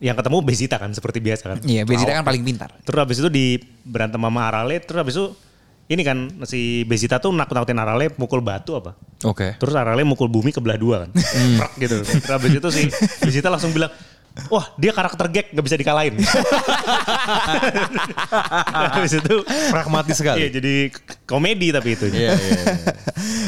S5: yang ketemu Bezita kan seperti biasa kan.
S4: Iya, Bezita kan paling pintar.
S5: Terus habis itu di berantem sama Arale, terus habis itu ini kan si Bezita tuh nakut-nakutin Arale mukul batu apa.
S3: Oke.
S5: Terus Arale mukul bumi kebelah dua kan.
S3: Hmm.
S5: Prak gitu. Terus habis itu si Bezita langsung bilang, Wah dia karakter gag gak bisa dikalahin. Habis itu
S3: Pragmatis sekali.
S5: Iya jadi komedi tapi itu.
S3: Iya, iya, iya.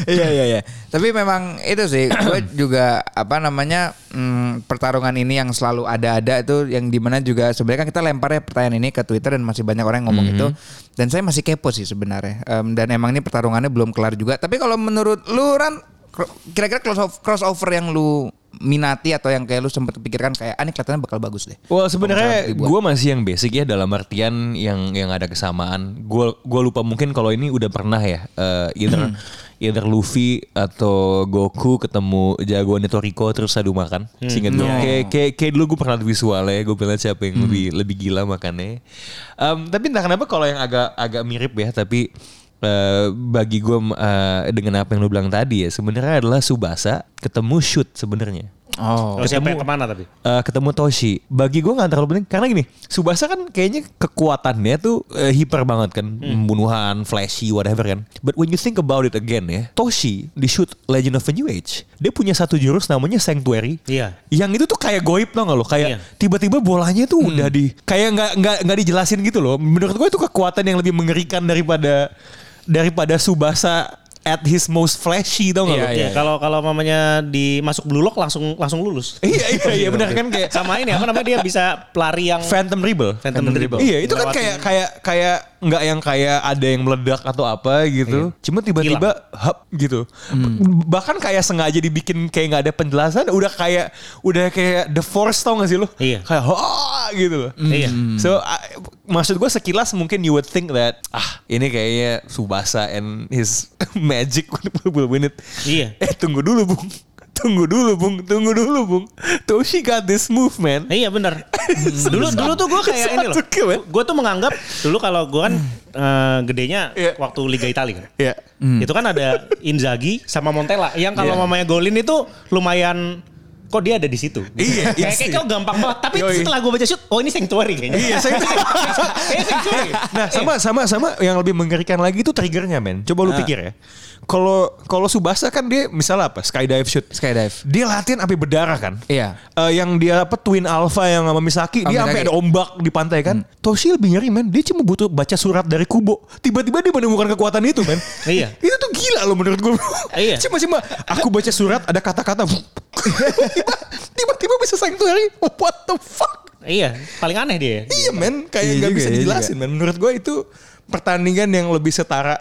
S4: Iya iya iya. Tapi memang itu sih gue juga apa namanya mm, pertarungan ini yang selalu ada-ada itu yang dimana juga sebenarnya kan kita lempar ya pertanyaan ini ke Twitter dan masih banyak orang yang ngomong
S3: Mhm.
S4: itu dan saya masih kepo sih sebenarnya Em, dan emang ini pertarungannya belum kelar juga. Tapi kalau menurut lu Ran kro- kira-kira crossover, crossover yang lu minati atau yang kayak lu sempat pikirkan kayak ah ini kelihatannya bakal bagus deh.
S3: Well sebenarnya
S4: Kalau misalnya
S3: gue masih yang basic ya dalam artian yang yang ada kesamaan. Gue gua lupa mungkin kalau ini udah pernah ya eh, either either Luffy atau Goku ketemu jagoan Toriko terus adu makan. Singkat gue. Kayak kayak- kayak dulu gue pernah liat visualnya, gue bilang siapa yang lebih lebih gila makannya. Em, tapi entah kenapa kalau yang agak agak mirip ya tapi eh, bagi gue dengan apa yang lu bilang tadi ya sebenarnya adalah Subasa ketemu shoot sebenarnya.
S4: Oh.
S5: Oh, siapa yang kemana tapi?
S3: Eh, ketemu Toshi. Bagi gue nggak terlalu penting karena gini, Subasa kan kayaknya kekuatannya tuh eh, hiper banget kan,
S5: Hmm.
S3: pembunuhan, flashy, whatever kan. But when you think about it again ya, Toshi di shoot Legend of a New Age, dia punya satu jurus namanya Sanctuary.
S5: Iya.
S3: Yang itu tuh kayak goib tau gak
S5: Iya.
S3: lo,
S5: Hmm.
S3: kayak tiba-tiba bolanya tuh udah di, kayak nggak nggak nggak dijelasin gitu loh. Menurut gue itu kekuatan yang lebih mengerikan daripada daripada Subasa at his most flashy tau gak lo.
S5: Iya, kalau kalau mamanya dimasuk blue lock langsung langsung lulus.
S3: Iya iya iya benar kan kayak
S5: Sama ini apa namanya dia bisa pelari yang
S3: Phantom Rebel.
S5: Phantom Dribble.
S3: Iya, itu kan
S5: Ngelewatin-
S3: kayak kayak kayak nggak yang kayak ada yang meledak atau apa gitu.
S5: Iya.
S3: Cuma tiba-tiba hap gitu.
S5: Hmm.
S3: Bahkan kayak sengaja dibikin kayak nggak ada penjelasan, udah kayak udah kayak the force tau gak sih lo?
S5: Iya.
S3: Kayak "Hah!" gitu loh.
S5: Iya.
S3: So I- maksud gue sekilas mungkin you would think that ah ini kayaknya Subasa and his magic will win it.
S5: Iya.
S3: Eh tunggu dulu bung, tunggu dulu bung, tunggu dulu bung. Toshi got this move man.
S5: Eh, Iya benar. dulu dulu tuh gue kayak ini loh.
S3: Satu kill, man.
S5: Gue tuh menganggap dulu kalau gue kan eh, gedenya
S3: Iya.
S5: waktu Liga Italia kan.
S3: Iya.
S5: Itu kan ada Inzaghi sama Montella yang kalau
S3: Iya.
S5: mamanya golin itu lumayan kok dia ada di situ.
S3: Iya,
S5: Kayak
S3: it's-
S5: kayak kok gampang banget. Tapi
S3: Yoi.
S5: setelah gue baca shoot, oh ini sanctuary kayaknya.
S3: Iya, sanctuary.
S5: Kayaknya sanctuary.
S3: Nah, sama sama sama yang lebih mengerikan lagi itu triggernya, men. Coba lu
S4: Ah.
S3: pikir ya. Kalau kalau Subasa kan dia misalnya apa? Skydive shoot.
S4: Skydive.
S3: Dia latihan sampai berdarah kan?
S4: Iya.
S3: Eh, yang dia apa Twin Alpha yang sama Misaki,
S4: Sama
S3: dia sampai
S4: Misaki. Hmm.
S3: ada ombak di pantai kan? Toshi lebih nyeri, men. Dia cuma butuh baca surat dari Kubo. Tiba-tiba dia menemukan kekuatan itu, men.
S5: Iya.
S3: Itu tuh gila loh menurut gue.
S5: Iya.
S3: Cuma-cuma aku baca surat ada kata-kata Tiba- tiba-tiba bisa sanctuary. What the fuck?
S5: Iya, paling aneh dia.
S3: Iya men, kayak
S4: Iya
S3: nggak
S4: juga,
S3: bisa
S4: iya
S3: dijelasin men. Menurut gue itu pertandingan yang lebih setara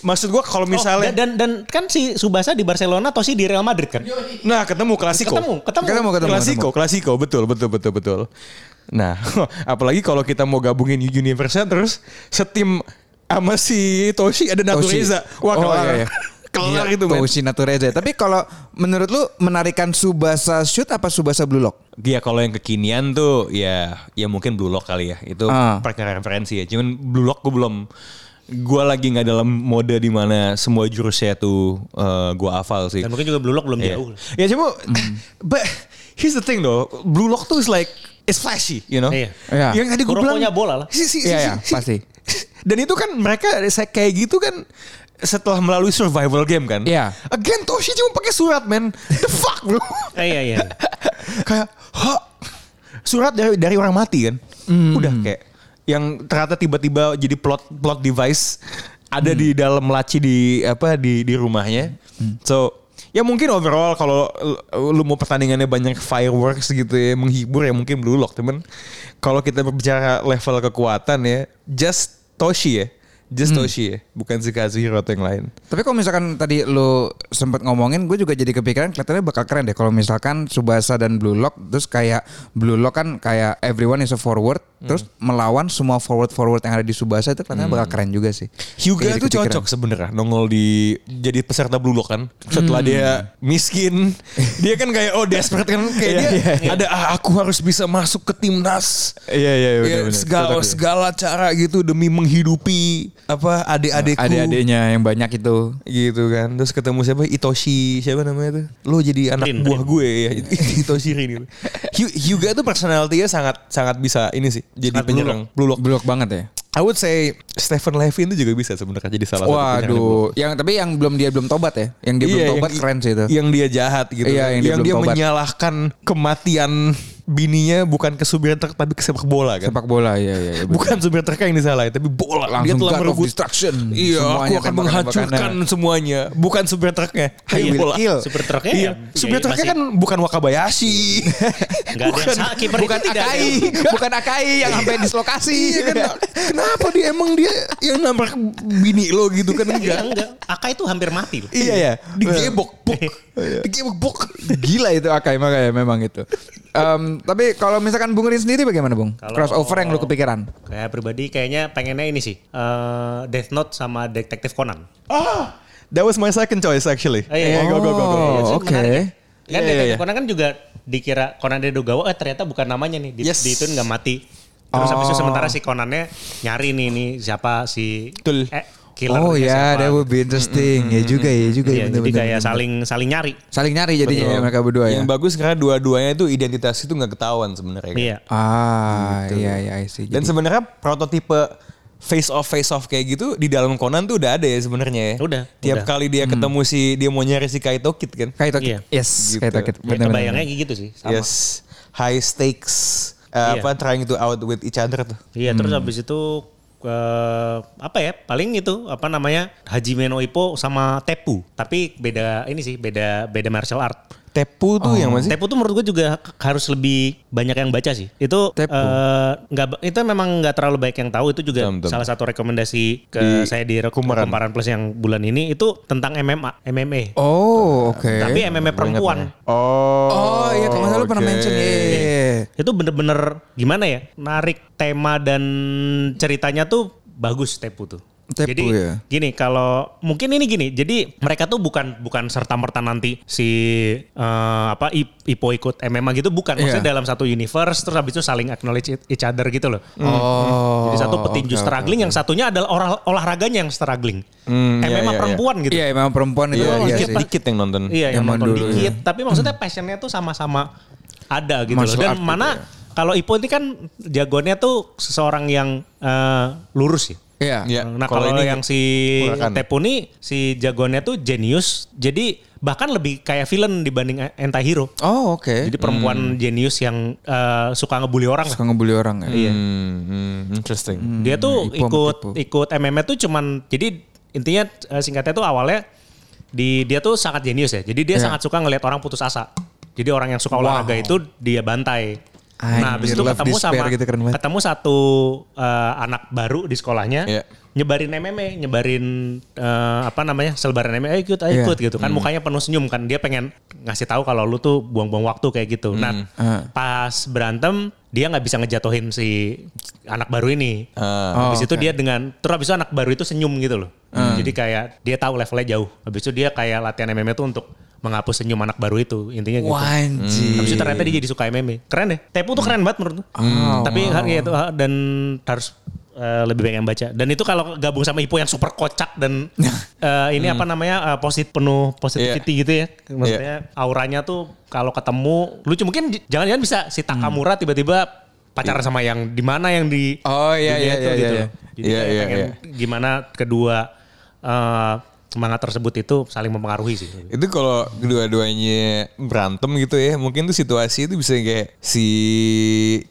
S3: Maksud gua kalau
S4: Oh,
S5: Misalnya. Oh,
S3: misalnya
S5: dan, dan kan si Subasa di Barcelona, Tosi di Real Madrid kan?
S3: Nah ketemu klasiko.
S5: Ketemu, ketemu.
S4: Ketemu, ketemu,
S3: Klasiko, klasiko, betul, betul, betul, betul. Nah, apalagi kalau kita mau gabungin Universal terus setim sama si Toshi ada Natureza. Wah,
S4: Oh,
S3: kelar.
S4: iya, iya.
S3: kelar
S4: Gila,
S3: itu, men.
S4: Toshi Natureza. Tapi kalau menurut lu menarikan Subasa Shoot apa Subasa Blue Lock?
S3: Dia kalau yang kekinian tuh ya ya mungkin Blue Lock kali ya. Itu
S4: Ah.
S3: perkara referensi ya. Cuman Blue Lock gue belum gue lagi nggak dalam mode di mana semua jurusnya tuh eh, gue hafal sih.
S5: Dan mungkin juga Blue Lock belum
S3: Iya.
S5: jauh.
S3: Ya cuma,
S4: Hmm.
S3: but here's the thing though, Blue Lock tuh is like it's flashy, you know.
S5: Iya.
S4: Iya.
S3: Yang tadi gue bilang
S5: Rokoknya bola lah.
S3: Si, si, si,
S4: Iya, iya,
S3: si-
S4: pasti.
S3: Dan itu kan mereka se- kayak gitu kan setelah melalui survival game kan.
S4: Iya.
S3: Again Toshi cuma pakai surat man. The fuck bro.
S5: Eh, iya, iya.
S3: kayak ha surat dari dari orang mati kan. Udah kayak yang ternyata tiba-tiba jadi plot plot device ada di dalam laci di apa di di rumahnya. So Ya mungkin overall kalau lu- lu mau pertandingannya banyak fireworks gitu ya menghibur ya mungkin Blue Lock temen. Kalau kita berbicara level kekuatan ya just Toshi ya, just Toshi ya, bukan si Kazuhiro atau yang lain.
S4: Tapi kalau misalkan tadi lu sempat ngomongin, gue juga jadi kepikiran kelihatannya bakal keren deh. Kalau misalkan Subasa dan Blue Lock, terus kayak Blue Lock kan kayak everyone is a forward,
S3: Hmm.
S4: terus melawan semua forward-forward yang ada di Subasa itu kelihatannya bakal keren juga sih.
S3: Hmm. Hyuga itu
S4: Kayak jadi kepikiran.
S3: cocok sebenarnya nongol di jadi peserta Blue Lock kan. Setelah
S4: Hmm.
S3: dia miskin, dia kan kayak oh desperate kan kayak
S4: Iya,
S3: dia
S4: iya, iya.
S3: ada ah, aku harus bisa masuk ke timnas.
S6: Iya iya
S4: Eh,
S3: Ya, segala segala cara gitu demi menghidupi apa
S4: Oh,
S3: adik-adikku.
S4: Adik-adiknya yang banyak itu.
S3: gitu kan terus ketemu siapa Itoshi siapa namanya tuh lo jadi anak
S5: Rin,
S3: buah
S5: Rin.
S3: gue ya Itoshi Rin Hyu- Hyuga tuh personality-nya sangat sangat bisa ini sih jadi
S5: Sangat Blue
S3: penyerang Blue Lock.
S4: Blue Lock banget ya.
S3: I would say Stephen Levin itu juga bisa sebenarnya jadi salah satu penyerang di Blue Lock.
S4: Waduh, yang tapi yang belum dia belum tobat ya. Yang dia belum
S3: Iya,
S4: tobat
S3: yang-
S4: keren sih itu.
S3: Yang dia jahat gitu.
S4: Iya,
S3: kan.
S4: yang
S3: yang
S4: dia
S3: dia,
S4: belum tobat.
S3: menyalahkan kematian bininya bukan ke supir truk tapi ke sepak bola kan.
S4: Sepak bola ya ya. ya
S3: Bukan supir truk yang disalahin tapi bola.
S4: Langsung
S3: dia telah
S4: God of
S3: merebut
S4: destruction.
S3: Iya,
S4: Semuanya,
S3: aku akan
S4: tembakan-tembakannya.
S3: menghancurkan semuanya. Bukan supir truknya, hanya
S5: Iya,
S3: bola.
S1: kill.
S5: Super truknya
S3: Iya,
S5: ya,
S3: supir
S5: iya,
S3: truknya
S5: masih-
S3: kan bukan Wakabayashi.
S5: Nggak ada yang salah, kiper itu
S4: bukan
S5: tidak ada
S4: Akai,
S5: yang-
S4: bukan Akai yang sampai dislokasi.
S3: Iya kan, kenapa dia emang dia yang nabrak bini lo gitu kan
S5: Iya,
S3: enggak?
S5: enggak. Aka itu hampir mati loh.
S3: Iya ya,
S5: Eh.
S3: digebok, bok,
S4: Iya.
S3: digebok, bok.
S4: Gila itu Akai makanya memang itu. Em, tapi kalau misalkan Bung Rin sendiri bagaimana Bung?
S5: Kalau-
S4: Crossover yang lu kepikiran?
S5: Kayak pribadi kayaknya pengennya ini sih. eh, Death Note sama Detektif Conan.
S3: Ah, that was my second choice actually.
S5: Oh, iya.
S3: Yeah, Eh, go go go go.
S4: Oh,
S5: Itu
S4: oke.
S5: menarik ya. Kan
S3: Iya,
S5: Detektif
S3: iya, iya.
S5: Conan kan juga dikira Conan dari Dogawa, eh ternyata bukan namanya nih. Di,
S3: Yes.
S5: di itu nggak mati. Terus habis itu
S4: Oh.
S5: sementara si Conannya nyari nih, nih siapa si
S3: Betul.
S5: eh, killer
S4: Oh ya,
S5: siapa.
S4: that would be interesting. Ya juga ya, juga
S5: Iya,
S4: ya.
S5: jadi
S4: bener-bener.
S5: kayak saling saling nyari.
S4: saling nyari jadinya ya mereka berdua ya.
S3: Yang bagus karena dua-duanya itu identitas itu nggak ketahuan sebenarnya. kan.
S5: Iya.
S4: Ah,
S5: Gitu.
S4: iya iya I see.
S3: Dan
S4: Jadi-
S3: sebenarnya prototipe face off face off kayak gitu di dalam Conan tuh udah ada ya sebenarnya. ya.
S5: Udah,
S3: Tiap
S5: udah.
S3: kali dia ketemu si dia mau nyari si Kaito Kid kan.
S4: Kaito
S5: Iya.
S4: Kid. Yes,
S3: Gitu.
S4: Kaito Kid.
S5: Ya,
S4: Bener-bener.
S5: kebayangnya kayak gitu sih. Sama.
S3: Yes. High stakes eh,
S5: Iya.
S3: apa trying to out with each other tuh.
S5: Iya, terus habis itu eh, apa ya? Paling itu apa namanya? Haji Meno Ipo sama Tepu, tapi beda ini sih, beda beda martial art.
S3: Tepu tuh yang masih
S5: Tepu tuh menurut gue juga k- harus lebih banyak yang baca sih. Itu
S4: Tepu.
S5: eh, nggak ba- itu memang nggak terlalu baik yang tahu itu juga
S3: Tam-tam.
S5: salah satu rekomendasi ke
S3: Di
S5: saya di rek-
S3: Kumaran.
S5: Kumparan Plus yang bulan ini itu tentang MMA, MMA.
S4: Oh, oke.
S5: Tapi MMA perempuan.
S4: Oh, iya kalau nggak salah lu pernah mention ya.
S5: Itu bener-bener gimana ya? Narik tema dan ceritanya tuh bagus Tepu tuh.
S4: Tepu,
S5: jadi
S4: ya.
S5: gini kalau mungkin ini gini jadi mereka tuh bukan bukan serta merta nanti si eh, apa I- Ipo ikut MMA gitu bukan maksudnya
S4: Iya.
S5: dalam satu universe terus habis itu saling acknowledge it- each other gitu loh
S4: Oh.
S5: jadi satu petinju
S4: oke, oke.
S5: struggling yang satunya adalah olah- olahraganya yang struggling
S3: Hmm, iya,
S5: MMA
S3: iya,
S5: perempuan gitu
S4: Iya, memang perempuan itu
S3: Iya,
S4: iya
S3: iya,
S4: sih.
S3: dikit yang nonton.
S5: Iya yang
S4: Zaman
S5: nonton
S4: dulu,
S5: dikit, tapi maksudnya passionnya tuh sama-sama ada gitu
S4: Martial
S5: loh. Dan
S4: art
S5: mana kalau Ipo ini kan jagoannya tuh seseorang yang eh, lurus ya.
S4: Iya.
S3: Iya.
S5: Nah
S3: Kalau
S5: kalau
S3: ini
S5: yang si
S3: Kurakan.
S5: Tepu nih si jagoannya tuh jenius, jadi bahkan lebih kayak villain dibanding anti hero.
S4: Oh, oke.
S5: Jadi perempuan jenius yang eh, suka ngebully orang. lah.
S4: Suka ngebully orang ya.
S5: Iya.
S3: Hmm, hmm, interesting.
S5: Dia tuh
S4: Ipo sama
S5: ikut
S4: Tepu.
S5: ikut MMA tuh cuman jadi intinya eh, singkatnya tuh awalnya di dia tuh sangat jenius ya. Jadi dia
S4: Iya.
S5: sangat suka ngelihat orang putus asa. Jadi orang yang suka olahraga itu dia bantai.
S4: Anjir,
S5: nah, habis itu
S4: love
S5: ketemu
S4: despair
S5: sama
S4: gitu, keren banget.
S5: ketemu satu eh, anak baru di sekolahnya.
S3: Iya.
S5: nyebarin MMA, nyebarin eh, apa namanya selebaran MMA, ayo ikut, ayo
S4: Iya.
S5: ikut gitu kan mukanya penuh senyum kan dia pengen ngasih tahu kalau lu tuh buang-buang waktu kayak gitu. Nah
S4: Ah.
S5: pas berantem dia nggak bisa ngejatuhin si anak baru ini. habis
S4: Oh,
S5: itu dia dengan terus habis itu anak baru itu senyum gitu loh. Jadi kayak dia tahu levelnya jauh. Habis itu dia kayak latihan MMA tuh untuk menghapus senyum anak baru itu intinya gitu.
S4: Wanji.
S5: Habis itu ternyata dia jadi suka MMA. Keren deh. Tepu tuh keren banget menurut gue.
S4: Hmm.
S5: Tapi har- ya itu, ha- dan harus eh, lebih banyak yang baca. Dan itu kalau gabung sama Ipo yang super kocak dan eh, ini
S4: Hmm.
S5: apa namanya eh, posit penuh positivity
S4: Iya.
S5: gitu ya. Maksudnya auranya tuh kalau ketemu lucu mungkin j- jangan-jangan bisa si
S4: Hmm.
S5: Takamura tiba-tiba pacaran sama yang di mana yang di
S4: Oh, iya,
S5: dunia
S4: iya,
S5: itu
S4: iya,
S5: gitu
S4: iya.
S5: loh. Jadi
S3: Iya,
S5: kayak
S3: iya,
S5: pengen
S3: iya.
S5: gimana kedua eh, semangat tersebut itu saling mempengaruhi sih.
S3: Itu kalau kedua-duanya berantem gitu ya, mungkin tuh situasi itu bisa kayak si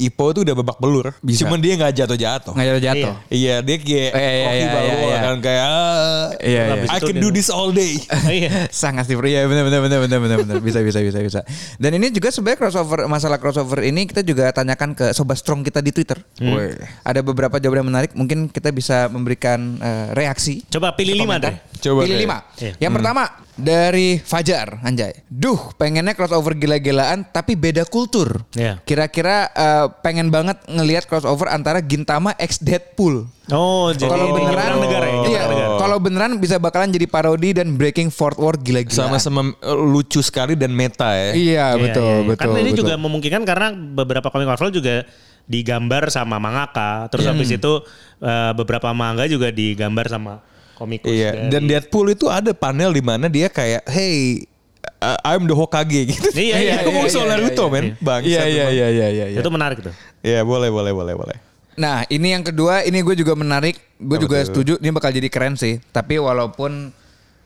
S3: Ipo tuh udah babak belur.
S4: Bisa.
S3: Cuman dia nggak jatuh-jatuh.
S4: Ngajar jatuh.
S3: Iya, dia kayak
S4: Oh, iya, iya,
S3: koki
S4: iya,
S3: bawah
S4: iya, iya.
S3: kan kayak "Ah,
S4: Iya, iya.
S5: Habis
S3: I
S5: itu
S3: can
S5: dia-
S3: do this all day.
S5: Iya.
S4: sangat sih ya benar benar benar benar benar benar bisa bisa bisa bisa dan ini juga sebenarnya crossover masalah crossover ini kita juga tanyakan ke sobat strong kita di twitter
S5: Hmm.
S4: Woi. ada beberapa jawaban yang menarik mungkin kita bisa memberikan eh, reaksi
S5: Coba pilih lima
S4: Komentar.
S5: deh.
S3: Coba
S4: pilih
S3: deh.
S4: lima
S5: Iya.
S4: yang pertama dari Fajar Anjay duh pengennya crossover gila-gilaan tapi beda kultur
S5: Iya.
S4: kira-kira eh, pengen banget ngelihat crossover antara Gintama X Deadpool
S5: Oh, jadi
S4: kalau
S5: ini
S4: beneran
S5: nyebrang negara ya,
S4: iya,
S5: nyebrang negara.
S4: kalau beneran bisa bakalan jadi parodi dan breaking fourth wall gila-gilaan
S3: Sama-sama eh, lucu sekali dan meta ya.
S4: Iya
S5: Iya,
S4: betul
S5: iya, iya.
S4: betul.
S5: Karena ini
S4: betul.
S5: juga memungkinkan karena beberapa komik Marvel juga digambar sama mangaka,
S4: Iya.
S5: terus
S4: Hmm.
S5: habis itu eh, beberapa manga juga digambar sama komikus.
S3: Iya,
S5: dari-
S3: dan Deadpool itu ada panel di mana dia kayak, hey, uh, I'm the Hokage gitu.
S5: Iya, iya,
S3: Aku mau
S5: iya,
S3: soal
S5: iya, iya,
S3: Naruto, men.
S5: iya.
S3: Bang.
S4: Iya iya iya iya iya. iya.
S5: itu menarik tuh.
S3: Iya, boleh, boleh, boleh, boleh.
S4: Nah ini yang kedua ini gue juga menarik. Gue juga setuju ini bakal jadi keren sih. Tapi walaupun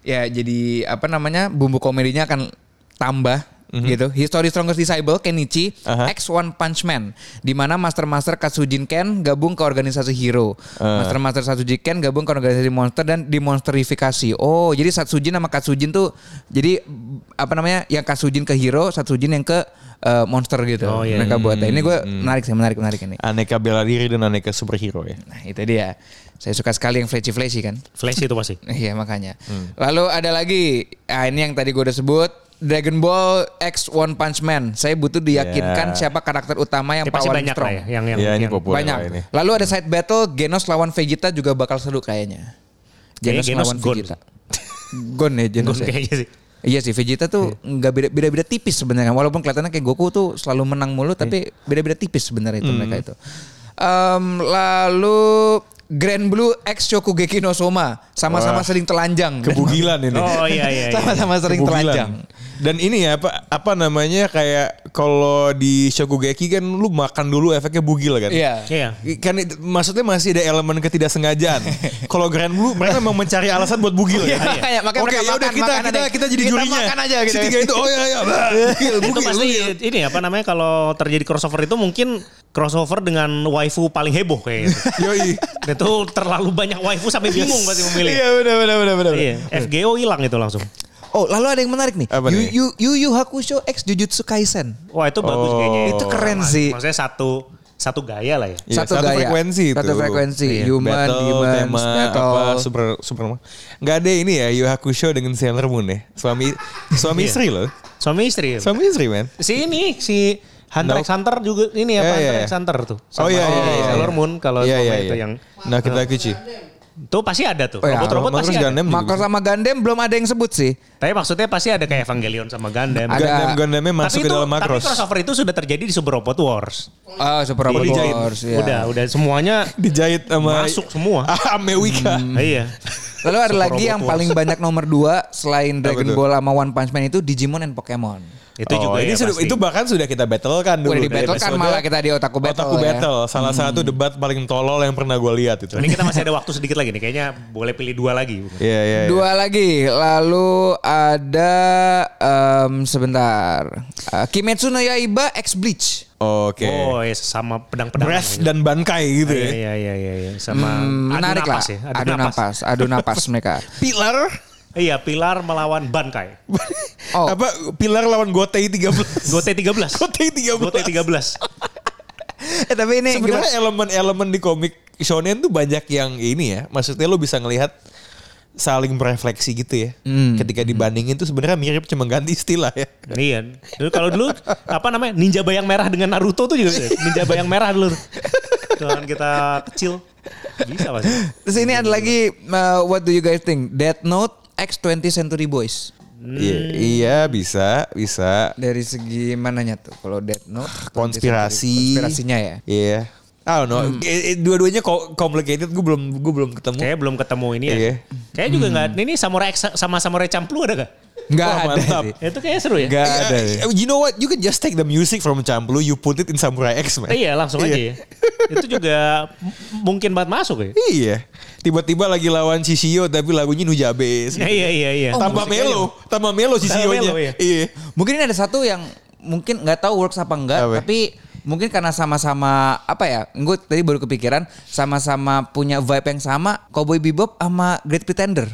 S4: ya jadi apa namanya bumbu komedinya akan tambah.
S5: Mhm.
S4: gitu. History Strongest Disciple Kenichi
S3: Aha.
S4: X One Punch Man di mana Master-master Katsujin Ken gabung ke organisasi Hero. Master-master Satsujin Ken gabung ke organisasi Monster dan dimonsterifikasi. Oh, jadi Satsujin sama Katsujin tuh jadi apa namanya? Yang Katsujin ke Hero, Satsujin yang ke eh, Monster gitu.
S5: Oh, iya.
S4: Mereka buat. Ini gue menarik sih, menarik menarik ini.
S3: Aneka bela diri dan aneka superhero ya.
S4: Nah itu dia. Saya suka sekali yang flashy-flashy kan.
S5: Flash itu pasti.
S4: Iya makanya.
S3: Hmm.
S4: Lalu ada lagi. Ah, ini yang tadi gue udah sebut. Dragon Ball X One Punch Man. Saya butuh diyakinkan
S3: Ya.
S4: siapa karakter utama yang
S5: Ya, pasti
S4: power
S5: banyak lah
S4: strong.
S5: ya yang yang,
S3: Iya, ini
S5: yang-
S3: populer
S4: Banyak.
S3: lah ini.
S4: Lalu ada side battle Genos lawan Vegeta juga bakal seru kayaknya.
S5: Kayaknya
S4: Genos,
S5: Genos
S4: lawan
S5: gone.
S4: Vegeta. Gon ya Genos. ya.
S5: kayaknya sih.
S4: Iya sih Vegeta tuh nggak beda beda beda tipis sebenarnya kan. walaupun kelihatannya kayak Goku tuh selalu menang mulu tapi
S5: Iya.
S4: beda beda tipis sebenarnya
S5: Hmm.
S4: itu mereka itu. Em, lalu Grand Blue X Shokugeki no Soma sama-sama
S3: Wah.
S4: sering telanjang.
S3: Kebugilan ini.
S5: Oh iya iya. iya.
S4: Sama-sama sering
S3: Kebugilan.
S4: telanjang.
S3: Dan ini ya apa apa namanya kayak kalau di Shokugeki kan lu makan dulu efeknya bugil kan.
S4: Iya.
S5: Iya.
S3: Kan itu- maksudnya masih ada elemen ketidaksengajaan. Kalau Grand Blue mereka memang mencari alasan buat bugil ya.
S4: Iya,
S5: Iya.
S4: Makanya, makanya
S3: Oke,
S4: mereka
S3: ya udah
S4: makan,
S3: kita
S4: makan
S3: kita
S4: aja.
S3: kita jadi
S4: Kita
S3: jurinya.
S4: makan aja gitu.
S3: Si tiga itu oh ya ya. Bugil,
S5: Itu
S3: bugil,
S5: pasti
S3: bugil.
S5: ini apa namanya kalau terjadi crossover itu mungkin crossover dengan waifu paling heboh kayaknya.
S3: Yoi.
S5: Dan itu terlalu banyak waifu sampai bingung pasti memilih.
S3: Iya benar benar benar benar.
S5: Iya, FGO hilang itu langsung.
S4: Oh lalu ada yang menarik nih.
S3: Apa
S4: Yu,
S3: nih?
S4: Yu, Yu Yu Hakusho X Jujutsu Kaisen.
S5: Wah itu bagus
S3: Oh.
S5: kayaknya.
S4: Itu keren
S5: Sama-
S4: sih.
S5: Maksudnya satu satu gaya lah ya.
S3: Iya,
S4: Satu gaya.
S3: frekuensi itu.
S4: Satu frekuensi.
S3: Iya.
S4: Human,
S3: battle,
S4: demons,
S3: tema,
S4: battle.
S3: apa, super, superman. Gak ada ini ya, Yu Hakusho dengan Sailor Moon ya. Suami suami
S5: Iya.
S3: istri loh.
S5: Suami istri. ya.
S3: Suami istri men.
S5: si ini si Hunter
S3: Nah,
S5: x Hunter juga ini
S3: iya,
S5: apa Hunter
S3: iya.
S5: x Hunter tuh.
S3: Oh iya, iya, iya.
S5: Sailor Moon kalau
S3: Iya,
S5: sama
S3: iya,
S5: itu
S3: iya.
S5: yang
S3: Nah kita kuci.
S5: tuh pasti ada tuh.
S4: Oh iya,
S5: Robot-robot
S3: Marvel
S5: pasti ada.
S3: Gundam juga
S4: Makro
S3: bisa.
S4: sama Gundam belum ada yang sebut sih.
S5: Tapi maksudnya pasti ada kayak Evangelion sama Gundam.
S4: Ada.
S3: Gundam Gundamnya masuk
S5: tapi
S3: ke dalam
S5: Tapi
S3: Macross.
S5: crossover itu sudah terjadi di Super Robot Wars.
S4: Ah Super Robot
S3: dijahit.
S4: Wars. ya.
S5: Udah, udah semuanya
S3: Dijahit iya. sama Ah.
S5: Masuk semua.
S3: Amewika.
S5: iya.
S4: Lalu ada
S5: Super
S4: lagi
S5: Robot
S4: yang
S5: Wars.
S4: paling banyak nomor dua selain Dragon
S3: tuh?
S4: Ball sama One Punch Man itu Digimon dan Pokemon.
S5: Itu
S3: Oh,
S5: juga
S3: ini
S5: ya
S3: sudah,
S5: pasti.
S3: itu bahkan sudah kita battle kan dulu.
S4: Udah
S3: di
S4: dibattlekan
S3: episode
S4: malah kita di Otaku Battle
S3: Otaku
S4: ya.
S3: Battle, salah satu debat paling tolol yang pernah gue lihat itu.
S5: Hmm. Ini kita masih ada waktu sedikit lagi nih. Kayaknya boleh pilih dua lagi.
S3: Iya, iya. iya.
S4: Dua lagi, lalu ada em, sebentar Eh, Kimetsu no Yaiba X Bleach.
S3: Oke.
S5: Oh, iya, sama pedang-pedang.
S3: Breath dan bangkai gitu ya.
S5: Iya, iya, iya, iya. Sama
S4: Hmm,
S5: adu
S4: menarik lah.
S5: napas ya.
S4: Adu napas, adu napas mereka.
S3: Pilar
S5: Iya, pilar melawan bangkai.
S4: Oh.
S3: apa pilar lawan Gotei 13.
S5: Gote 13.
S3: Gotei 13.
S5: Gote 13.
S4: eh, tapi ini
S3: Sebenarnya elemen-elemen di komik shonen tuh banyak yang ini ya. Maksudnya lo bisa ngelihat saling merefleksi gitu ya.
S4: Hmm.
S3: Ketika dibandingin tuh sebenarnya mirip cuma ganti istilah ya.
S5: Iya. Dulu kalau dulu apa namanya ninja bayang merah dengan Naruto tuh juga ninja bayang merah dulu. Cuman kita kecil bisa pasti.
S4: Terus ini ada lagi uh, what do you guys think? Death Note X 20 Century Boys.
S3: Iya, iya bisa, bisa.
S4: Dari segi mananya tuh? Kalau Death Note 20
S3: Konspirasi.
S4: Century- konspirasinya ya. Hmm.
S3: Iya. I don't know. Eh, eh, Dua-duanya co- complicated. Gue belum, gue belum ketemu.
S5: Kayaknya belum ketemu ini ya.
S3: Iya.
S5: Kayak juga nggak. Ini samurai X sama samurai camplu ada gak?
S4: Enggak
S3: Wah,
S4: Hmm. ada.
S3: mantap.
S4: sih.
S5: Itu kayaknya seru ya.
S4: Nggak ada. sih.
S3: Eh, You know what? You can just take the music from Champlu, you put it in Samurai X, man.
S5: Eh, Iya langsung aja ya. Itu juga m- mungkin banget masuk ya.
S3: Iya. Tiba-tiba lagi lawan Shishio tapi lagunya Nujabe.
S5: Iya
S4: Nah,
S5: iya iya. iya.
S4: Oh,
S3: tambah melo, Oh, tambah melo Shishio-nya.
S5: melo, iya.
S3: Iya.
S4: Mungkin ini ada satu yang mungkin nggak tahu works apa enggak,
S3: Apa?
S4: tapi mungkin karena sama-sama apa ya? Gue tadi baru kepikiran sama-sama punya vibe yang sama, Cowboy Bebop sama Great Pretender.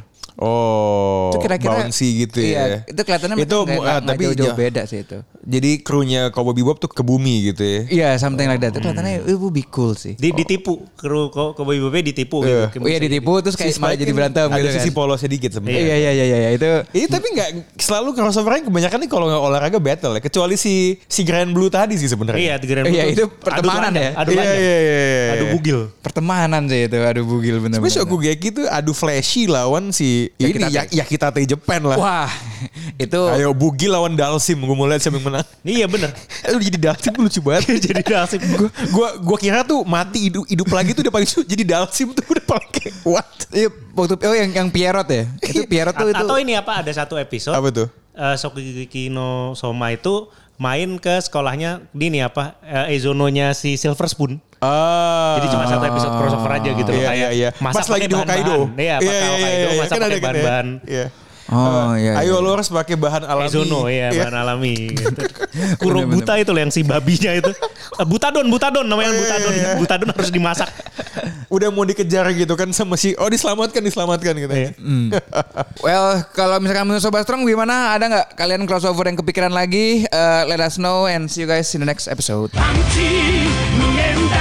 S3: Oh,
S4: Itu kira-kira
S3: bouncy gitu
S4: iya,
S3: ya.
S4: Itu kelihatannya
S3: itu
S4: nggak-
S3: mu-
S4: nggak-
S3: ah,
S4: nggak
S3: tapi
S4: jauh-jauh
S3: ja-
S4: beda sih itu.
S3: Jadi krunya Cowboy Bebop tuh ke bumi gitu ya.
S4: Iya, something like that. Itu kelihatannya
S3: Hmm.
S4: it would be cool sih.
S5: Di, ditipu kru kok Boy Bobe ditipu
S3: Iya.
S5: gitu.
S4: Oh iya ditipu terus kayak malah jadi berantem
S3: ada
S4: gitu kan.
S3: sisi polosnya dikit sebenarnya.
S4: Iya iya iya iya iya, itu
S3: Iya tapi nggak selalu crossover kebanyakan nih kalau nggak olahraga battle ya kecuali si si Grand Blue tadi sih
S5: Iya,
S3: sebenarnya.
S5: The Grand
S4: Iya,
S5: Blue
S4: itu
S5: tuh adu
S4: pertemanan
S5: gelandang,
S4: ya.
S5: Adu
S3: Iya,
S5: gelandang.
S3: iya, iya, iya.
S5: Adu bugil.
S4: pertemanan sih itu. Aduh bugil bener-bener.
S3: Tapi Shokugeki tuh adu flashy lawan si ini
S4: Yakitate.
S3: ya, Yakitate Jepang lah.
S4: Wah, itu
S3: Ayo Bugi lawan Dalsim, gue mau lihat siapa yang menang.
S5: Iya bener.
S3: Eh, Lu jadi Dalsim tuh lucu banget.
S5: jadi nasib
S3: Gua, gua, gua kira tuh mati hidup, hidup lagi tuh udah paling lucu. Jadi Dalsim tuh udah paling kayak what?
S4: Iya, waktu oh yang yang Pierrot ya. Itu Pierrot tuh itu.
S5: Atau ini apa ada satu episode
S3: Apa tuh?
S5: eh, Sokugeki no Soma itu main ke sekolahnya di ini apa eh, Ezononya si Silver Spoon.
S3: Ah.
S5: Jadi cuma satu episode crossover aja gitu loh
S3: Iya,
S5: kayak
S3: iya, iya.
S5: masak
S3: Pas lagi
S5: pakai
S3: di Hokkaido.
S5: bahan-bahan. Iya, pakai Hokkaido masak
S3: Kan
S5: pakai
S3: ada kan ya.
S5: bahan-bahan.
S3: Iya.
S4: Oh iya.
S3: Ayo
S4: iya.
S3: lo harus pakai bahan alami.
S5: Ezono ya bahan alami. gitu. Kuro
S4: Bener-bener.
S5: buta itu loh yang si babinya itu. Eh, butadon, butadon namanya butadon. Butadon harus dimasak.
S3: Udah mau dikejar gitu kan sama si oh diselamatkan diselamatkan gitu.
S5: Iya.
S4: Well, kalau misalkan menurut Sobat Strong gimana? Ada nggak kalian crossover yang kepikiran lagi? Eh, let us know and see you guys in the next episode.
S2: パンチ無限大